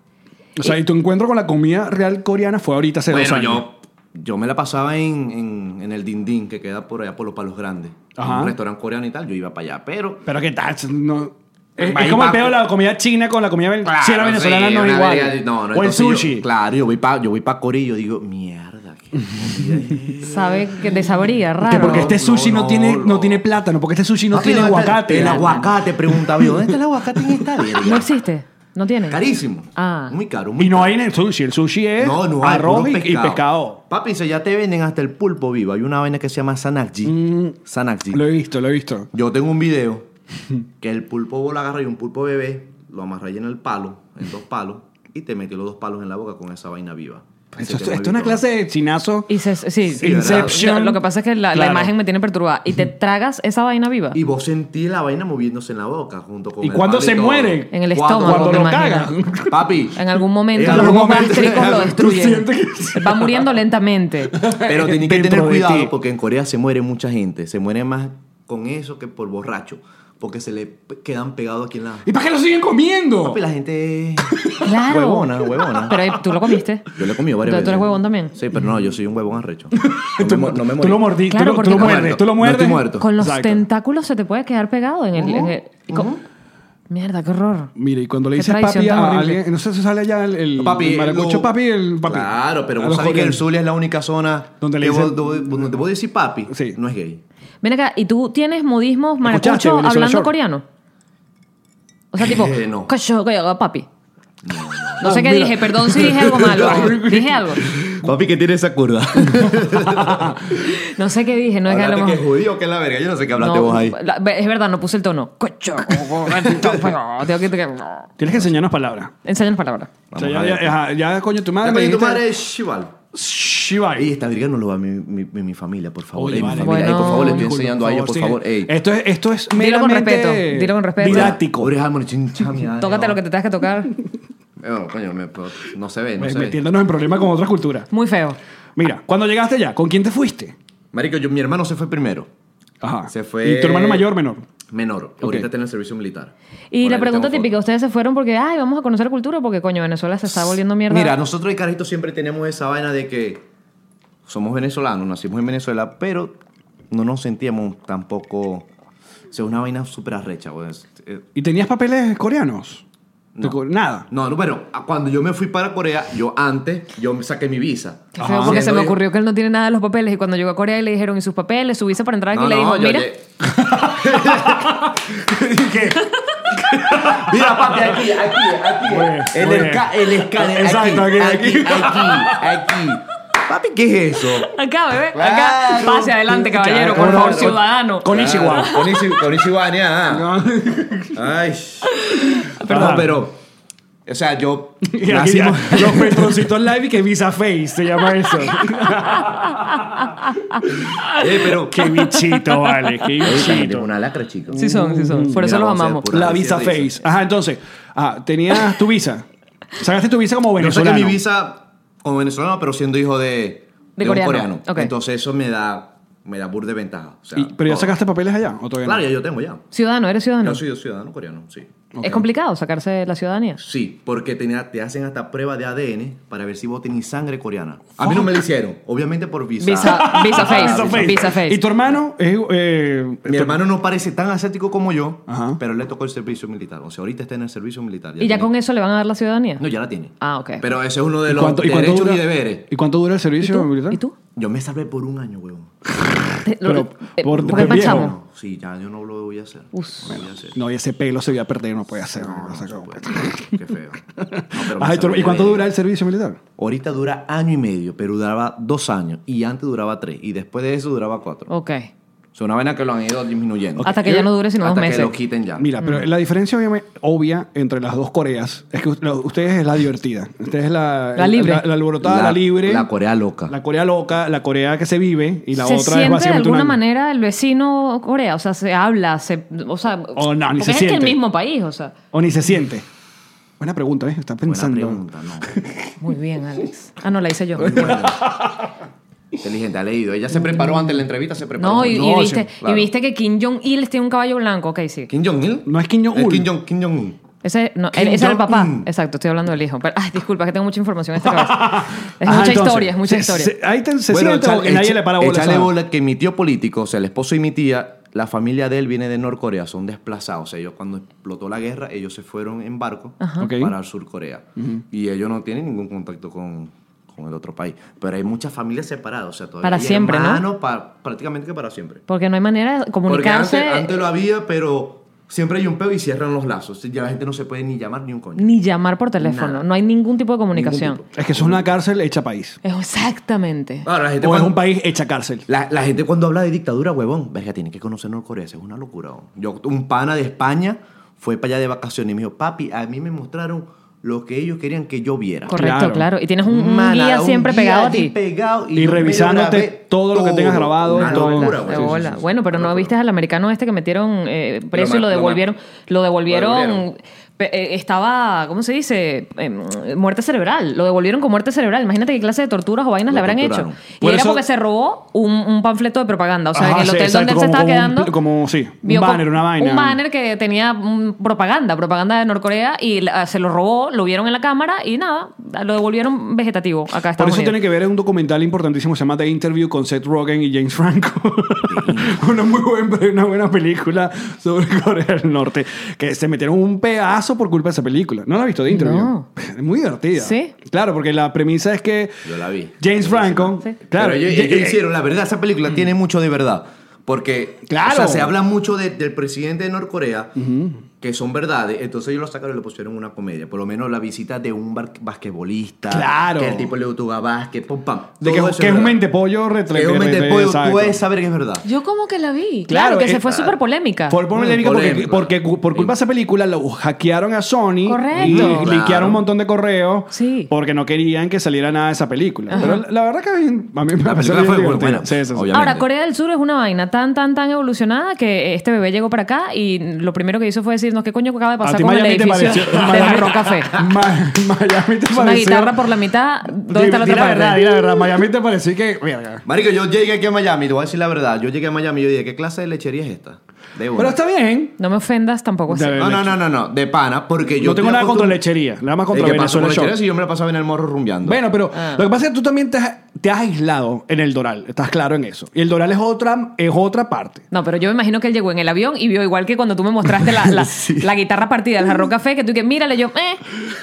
S1: O sea, y tu encuentro con la comida real coreana fue ahorita hace dos
S3: Bueno,
S1: años.
S3: yo, yo me la pasaba en, en, en el Dindín, que queda por allá por los palos grandes.
S1: Ajá.
S3: Un restaurante coreano y tal, yo iba para allá, pero...
S1: Pero qué tal, no... Es,
S3: Va
S1: es
S3: y
S1: como el
S3: va.
S1: pedo de la comida china con la comida ven- si era
S3: Claro,
S1: venezolana
S3: sí,
S1: no es
S3: una
S1: igual.
S3: verga, no, no,
S1: o el
S3: entonces yo-
S1: sushi.
S3: claro, yo voy para yo voy pa Corillo, digo, mierda, qué comida es esta?".
S2: Sabe que te sabría,
S1: que
S2: raro.
S1: porque este
S3: no,
S1: sushi no,
S3: no,
S1: tiene, no
S3: no. Ah,
S1: tiene plátano, porque este sushi no
S3: Papi,
S1: tiene
S3: ¿dónde está
S1: aguacate.
S3: El aguacate, pregunta, vio, ¿dónde está el aguacate en esta verga?
S2: No existe. No tiene.
S3: Carísimo.
S2: Ah.
S3: Muy caro. muy
S1: Y no hay en el sushi, el sushi es
S3: No, no hay,
S1: arroz
S3: puro
S1: y- y pescado.
S3: Papi, se ya te venden hasta el pulpo vivo. Hay una vaina que se llama sanakji.
S1: Mm.
S3: Sanakji.
S1: Lo he visto, lo he visto.
S3: Yo tengo un video que el pulpo vos lo agarras y un pulpo bebé lo amarras en el palo, en dos palos, y te metió los dos palos en la boca con esa vaina viva. Y se
S1: Esto,
S3: te
S1: Pues esto
S3: mueve
S1: es una
S3: todo.
S1: clase de chinazo.
S2: Y se, sí,
S3: Sí, ¿verdad?
S1: Inception.
S2: No, lo que pasa es que la, la
S1: Claro.
S2: imagen me tiene perturbada. Y te tragas esa vaina viva.
S3: Y vos sentí la vaina moviéndose en la boca junto con
S1: ¿Y
S3: el
S1: cuándo
S3: palo
S1: se
S3: todo.
S1: muere?
S2: En el
S3: ¿Cuándo?
S2: estómago,
S1: Cuando lo
S2: me imagino.
S1: cagan.
S3: Papi.
S2: En algún momento
S3: En
S2: los
S3: algún
S2: jugos
S3: momento.
S2: gástricos lo destruyen.
S1: sientes que-
S2: Va muriendo lentamente.
S3: Pero tenés que
S1: Dentro
S3: tener
S1: de ti.
S3: cuidado porque en Corea se muere mucha gente. Se muere más con eso que por borracho. Porque se le pe- quedan pegados aquí en la.
S1: ¿Y para qué lo siguen comiendo?
S3: Papi, pues la gente.
S2: Claro.
S3: Huevona, huevona.
S2: Pero eh, tú lo comiste.
S3: Yo le he comido varias
S2: ¿Tú-
S3: veces.
S2: tú eres huevón también?
S3: Sí, pero no, yo soy un huevón arrecho. No me, mu- no me
S1: Tú
S3: morí.
S1: lo mordí, tú
S2: Claro,
S1: lo- tú,
S2: porque
S1: lo
S2: no-
S1: muerdes, tú lo
S3: No
S1: muerdes.
S3: estoy muerto.
S2: Con los
S1: Exacto.
S2: tentáculos se te puede quedar pegado en el. en el-
S3: Uh-huh.
S2: y co- Mierda, qué horror.
S1: Mire, y cuando le
S2: Qué
S1: dices
S2: tradición
S1: papi a
S2: tan horrible.
S1: alguien, no sé si sale allá el, el,
S3: Papi,
S1: el maracucho
S3: lo-
S1: papi, el papi.
S3: Claro, pero
S1: A
S3: vos
S1: los
S3: sabés que el
S1: coreanos.
S3: Zulia es la única zona
S1: Donde le
S3: que
S1: dicen-
S3: vos- do- donde vos decís papi,
S1: Sí.
S3: no es gay.
S2: Ven acá, ¿y tú tienes modismos
S1: ¿Escuchaste,
S2: maracucho
S1: Venezuela
S2: hablando
S1: Shore?
S2: coreano? O sea, tipo,
S3: Eh, no.
S2: "Cocho, coyo, papi. No
S1: Ah,
S2: sé qué
S1: mira.
S2: dije, perdón si dije algo malo. dije algo.
S3: Papi, que tiene esa curva?
S2: No sé qué dije, no es que
S3: Hablaste
S2: hablamos.
S3: que es judío, que es la verga. Yo no sé qué hablaste
S2: No,
S3: vos ahí.
S2: la- ve- es verdad, no puse el tono. Cocho, coyo, coyo, tengo que. tengo que-
S1: Tienes que enseñarnos palabras.
S2: Enséñanos palabras.
S1: O
S3: Vamos
S1: sea,
S3: a
S1: ya,
S3: ver.
S1: ya, ajá, ya, coño, tu madre.
S3: Ya
S1: me
S3: pedí tu
S1: dijiste-
S3: madre es Shival.
S1: Shibai.
S3: Ey, esta verga no lo va mi, mi, mi- mi familia, por favor.
S1: Oye,
S3: Ey, mi
S1: vale.
S3: familia, ey, por favor, le estoy
S1: Disculpa,
S3: enseñando a ellos, por
S1: sí.
S3: favor. Ey.
S1: Esto es, esto es
S2: Dilo con
S1: meramente
S2: respeto, dilo con respeto.
S1: Didáctico.
S3: Pobre Harmony, chincha, mi madre,
S2: Tócate
S3: no.
S2: lo que te tengas que tocar.
S3: Eh, coño, me- no se ve, no
S1: Me-
S3: se ve.
S1: Metiéndonos en problemas con otras culturas.
S2: Muy feo.
S1: Mira, cuando llegaste ya, ¿con quién te fuiste?
S3: Marico, yo, mi hermano se fue primero.
S1: Ajá.
S3: Se fue-
S1: ¿Y tu hermano mayor menor?
S3: Menor. Ahorita está en el servicio militar.
S2: Y
S3: Por
S2: la
S3: ahí
S2: pregunta
S3: tengo
S2: típica,
S3: fotos.
S2: ¿ustedes se fueron porque, ay, vamos a conocer cultura? Porque, coño, Venezuela se está volviendo mierda.
S3: Mira, nosotros de carajitos siempre tenemos esa vaina de que somos venezolanos, nacimos en Venezuela, pero no nos sentíamos tampoco. O sea, una vaina súper arrecha, güey. Es- eh,
S1: ¿Y tenías papeles coreanos? ¿Te co- Nada.
S3: No, no, bueno, a- cuando yo me fui para Corea, yo antes, yo me saqué mi visa.
S2: Qué feo,
S1: Ajá.
S2: porque se me
S3: Siendo-
S2: ocurrió que él no tiene nada de los papeles y cuando llegó a Corea y le dijeron, ¿y sus papeles? ¿Su visa para entrar aquí? y
S3: No,
S2: le
S3: no,
S2: dijo,
S3: yo
S2: mira,
S3: llegué- Mira, papi, aquí, aquí, aquí.
S1: Muy bien,
S3: el,
S1: muy bien.
S3: esca- el escáner.
S1: Exacto, aquí,
S3: aquí,
S1: aquí.
S3: aquí, aquí, aquí. Papi, ¿qué es eso?
S2: acá, bebé, acá,
S3: Claro.
S2: pase adelante, caballero, por
S1: Claro.
S2: favor, ciudadano.
S1: Con Ishiwa.
S3: Con Ishi- Con Ishiwania. Ay.
S1: Ah, Perdón.
S3: No, pero. O sea, yo.
S1: Y aquí
S3: Nacimos.
S1: ya, los petroncitos live y que Visa Face se llama eso.
S3: Eh, pero.
S1: qué bichito, vale, qué
S3: Oye, esta gente
S1: bichito.
S3: es una lacra, chicos.
S2: Sí son, sí son. Por eso
S3: Mira,
S2: los
S3: vamos a hacer
S2: amamos.
S3: pura-
S1: La Visa
S3: Risa,
S1: Face.
S3: risa.
S1: Ajá, entonces, ah, tenías tu visa. Sacaste tu visa como
S3: Yo saqué
S1: venezolano.
S3: mi visa como venezolano, pero siendo hijo de.
S2: De
S3: un
S2: coreano. Ok.
S3: Entonces eso me da. Me da bur de ventaja. O sea,
S1: Y- ¿Pero ya
S3: todo.
S1: sacaste papeles allá o todavía no?
S3: Claro, ya yo tengo ya.
S2: Ciudadano, eres ciudadano.
S3: Yo soy ciudadano coreano, sí.
S1: Ok.
S2: Es complicado sacarse la ciudadanía.
S3: Sí, porque tenía- te hacen hasta prueba de ADN para ver si vos tenés sangre coreana. A mí no me lo hicieron, obviamente por visa.
S2: Visa, visa face.
S1: Visa Face.
S2: Visa face.
S1: ¿Y tu hermano? Es, eh,
S3: Mi
S1: tu-
S3: hermano no parece tan asiático como yo,
S1: Ajá.
S3: pero le tocó el servicio militar. O sea, ahorita está en el servicio militar.
S2: ¿Y ya
S3: tiene-
S2: con eso le van a dar la ciudadanía?
S3: No, ya la tiene.
S2: Ah, ok.
S3: Pero ese es uno de
S1: ¿Y
S3: los
S1: cuánto- y cuánto
S3: derechos
S1: dura-
S3: y deberes.
S1: ¿Y cuánto dura el
S2: ¿Y
S1: servicio
S2: tú?
S1: militar?
S2: ¿Y tú?
S3: Yo me salvé por un año, huevón.
S2: Te- lo-
S1: Pero
S2: eh,
S1: por-
S2: porque
S1: por viejo.
S2: pachamo.
S3: Sí, ya yo no lo voy a hacer.
S2: Us.
S3: No lo voy a hacer.
S1: No, y ese pelo se iba a perder, no puede ser.
S3: No,
S1: no
S3: no
S1: sé
S3: se
S1: cómo.
S3: puede. Qué feo. No, pero me
S1: Ay, tú-
S3: salió
S1: ¿Y cuánto
S3: bien.
S1: dura el servicio militar?
S3: Ahorita dura año y medio, pero duraba dos años. Y antes duraba tres. Y después de eso duraba cuatro.
S2: Ok.
S3: O sea, una vaina que lo han ido disminuyendo.
S2: Hasta que ya no dure sino dos
S3: Hasta
S2: meses.
S3: que lo quiten ya.
S1: Mira,
S2: Mm.
S1: pero la diferencia obvia, obvia entre las dos Coreas es que u- lo- ustedes es la divertida. Ustedes es la,
S2: La libre.
S1: La, la alborotada, la, libre.
S3: La Corea loca.
S1: La Corea loca, la Corea que se vive y la
S2: se
S1: otra
S2: siente
S1: es
S2: de
S1: básicamente
S2: alguna
S1: una-
S2: manera el vecino Corea, o sea, se habla, se, o sea,
S1: Oh, no, ni
S2: porque
S1: se
S2: es que
S1: siente.
S2: el mismo país, o sea.
S1: O ni se siente. Buena pregunta, ¿eh? Estás
S3: Buena
S1: pensando.
S3: pregunta, no.
S2: Muy bien, Alex. Ah, no, la hice yo.
S3: Inteligente, ha leído. Ella se preparó antes de la entrevista, se preparó.
S2: No, y, y
S1: No,
S2: viste,
S1: sí,
S3: claro.
S2: y viste que Kim Jong-il tiene un caballo blanco, ok, sí.
S3: ¿Kim Jong-il?
S1: No es Kim Jong-un.
S3: Es Kim Jong- Kim Jong-un.
S2: Ese, no,
S3: Kim
S2: él- ese era el papá.
S3: Jong-un. Ah,
S2: Exacto, estoy hablando del hijo. Pero, ay, disculpa, que tengo mucha información en esta cabeza. Es
S1: Ajá,
S2: mucha
S1: Ah, entonces,
S2: historia, es mucha
S1: se-
S2: historia.
S1: se- ahí te, se siente
S3: echa-
S1: o que nadie
S3: echa-
S1: le para bola.
S3: échale
S1: ¿sabes?
S3: bola que mi tío político, o sea, el esposo y mi tía, la familia de él viene de Norcorea, son desplazados. O sea, ellos cuando explotó la guerra, ellos se fueron en barco
S1: Ok.
S3: para Sur Corea. Y ellos no tienen ningún contacto con, con el otro país. Pero hay muchas familias separadas, o sea, todavía
S2: Para
S3: hay
S2: siempre, ¿no?
S3: hermanos pa- prácticamente que para siempre.
S2: Porque no hay manera de
S3: Porque antes,
S2: comunicarse
S3: antes lo había, pero siempre hay un peo y cierran los lazos. Ya la gente no se puede ni llamar ni un coño.
S2: ni llamar por teléfono.
S3: Nada.
S2: No hay ningún tipo de comunicación.
S3: Ningún
S1: Es que eso es una cárcel hecha país.
S2: Es- Exactamente.
S3: Ahora, la Ah, gente
S1: O es
S3: cuando-
S1: un país hecha cárcel.
S3: La, la gente cuando habla de dictadura, huevón, verga, tienen que conocer Norcorea, eso es una locura. huevón. Yo, un pana de España fue para allá de vacaciones y me dijo, papi, a mí me mostraron lo que ellos querían que yo viera.
S2: Correcto,
S1: Claro.
S2: claro. Y tienes un, un
S3: Manada,
S2: guía
S3: un
S2: siempre
S3: guía
S2: pegado a
S3: allí
S2: ti.
S3: pegado y,
S1: Y
S3: yo me
S1: revisándote
S3: grabé
S1: todo lo que tengas grabado,
S3: Una
S1: todo.
S3: locura,
S2: Ah, De
S3: huevón. Sí, sí,
S2: bola.
S3: sí, sí.
S2: Bueno, pero
S3: Una
S2: no
S3: locura.
S2: viste al americano este que metieron eh, preso
S3: ma-
S2: y lo
S3: lo ma-
S2: devolvieron. Lo devolvieron.
S3: lo devolvieron.
S2: pe- eh, estaba, ¿cómo se dice? Eh, muerte cerebral. Lo devolvieron con muerte cerebral. Imagínate qué clase de torturas o vainas
S3: Lo
S2: le habrán
S3: torturaron.
S2: hecho. Y
S1: Por
S2: era
S1: eso-
S2: porque se robó un, un panfleto de propaganda. O sea,
S1: Ajá,
S2: que el
S1: sí,
S2: hotel
S1: exacto,
S2: donde él
S1: como-
S2: se estaba
S1: como un
S2: quedando.
S1: pl- como, sí, un
S2: vio
S1: banner, una vaina.
S2: Un banner que tenía mm, propaganda, propaganda de Norcorea, y la- ah, se lo robó, lo vieron en la cámara y nada, lo devolvieron vegetativo acá a
S1: Por
S2: Estados
S1: eso
S2: Unidos.
S1: tiene que ver un documental importantísimo, se llama The Interview con Seth Rogen y James Franco. una muy buena, una buena película sobre Corea del Norte, que se metieron un pedazo por culpa de esa película. ¿No la has visto The Interview?
S2: No.
S1: Es muy divertida.
S2: ¿Sí?
S1: Claro, porque la premisa es que
S3: Yo la vi.
S1: James Franco,
S2: Sí.
S1: claro, eh,
S3: Pero ellos,
S1: ye-
S3: ellos hicieron, la verdad, esa película tiene mucho de verdad. Porque
S1: Claro.
S3: o sea, se habla mucho de- del presidente de Norcorea, que son verdades. Entonces ellos lo sacaron y lo pusieron en una comedia. Por lo menos la visita de un bar- basquetbolista.
S1: Claro.
S3: Que el tipo le otorga básquet, pum, pam.
S1: de que,
S3: Todo eso
S1: que es un
S3: verdad.
S1: mentepollo retre-
S3: Que es un
S1: retre-
S3: mentepollo. Tú
S1: exacto.
S3: puedes saber que es verdad.
S2: Yo como que la vi. Claro, que
S1: es-
S2: se fue súper polémica.
S1: Fue
S3: Mm,
S1: polémica porque,
S3: Polémica.
S1: porque cu- por culpa de esa película lo hackearon a Sony
S2: Correcto.
S1: y
S2: Claro.
S1: liquearon un montón de correos
S2: Sí.
S1: porque no querían que saliera nada de esa película. Pero la, la verdad que a mí, a mí me
S3: La
S1: pareció
S3: película fue
S1: divertida.
S3: buena,
S1: Sí, sí, sí.
S3: obviamente.
S2: Ahora, Corea del Sur es una vaina tan, tan, tan evolucionada que este bebé llegó para acá y lo primero que hizo fue decirnos qué coño acaba de
S1: A
S2: pasar
S1: ti
S2: con el
S1: Miami te
S2: edificio
S1: pareció.
S2: de Jarro Café.
S1: Ma- Miami te
S2: Es
S1: pareció.
S2: una guitarra por la mitad. ¿Dónde está la
S1: Di- di
S2: otra parte?
S1: verdad, di la verdad. Miami te pareció que. verga.
S3: Marico, yo llegué aquí a Miami, te voy a decir la verdad. Yo llegué a Miami y yo dije, ¿qué clase de lechería es esta? De una.
S1: Pero está bien.
S2: No me ofendas tampoco así.
S1: De verdad.
S3: No, no, no, no, no, de pana, porque yo.
S1: no tengo
S3: estoy
S1: nada contra
S3: acostum-
S1: lechería. Nada más contra
S3: ¿Y qué pasó
S1: Venezuela
S3: con
S1: Shop.
S3: lechería si yo me la pasaba en el morro rumbeando?
S1: Bueno, pero
S2: Ah.
S1: lo que pasa es que tú también te has, te has aislado en el Doral. Estás claro en eso. Y el Doral es otra, es otra parte.
S2: No, pero yo me imagino que él llegó en el avión y vio igual que cuando tú me mostraste la, la, la guitarra partida del jarro café, que tú que mírale, yo, eh.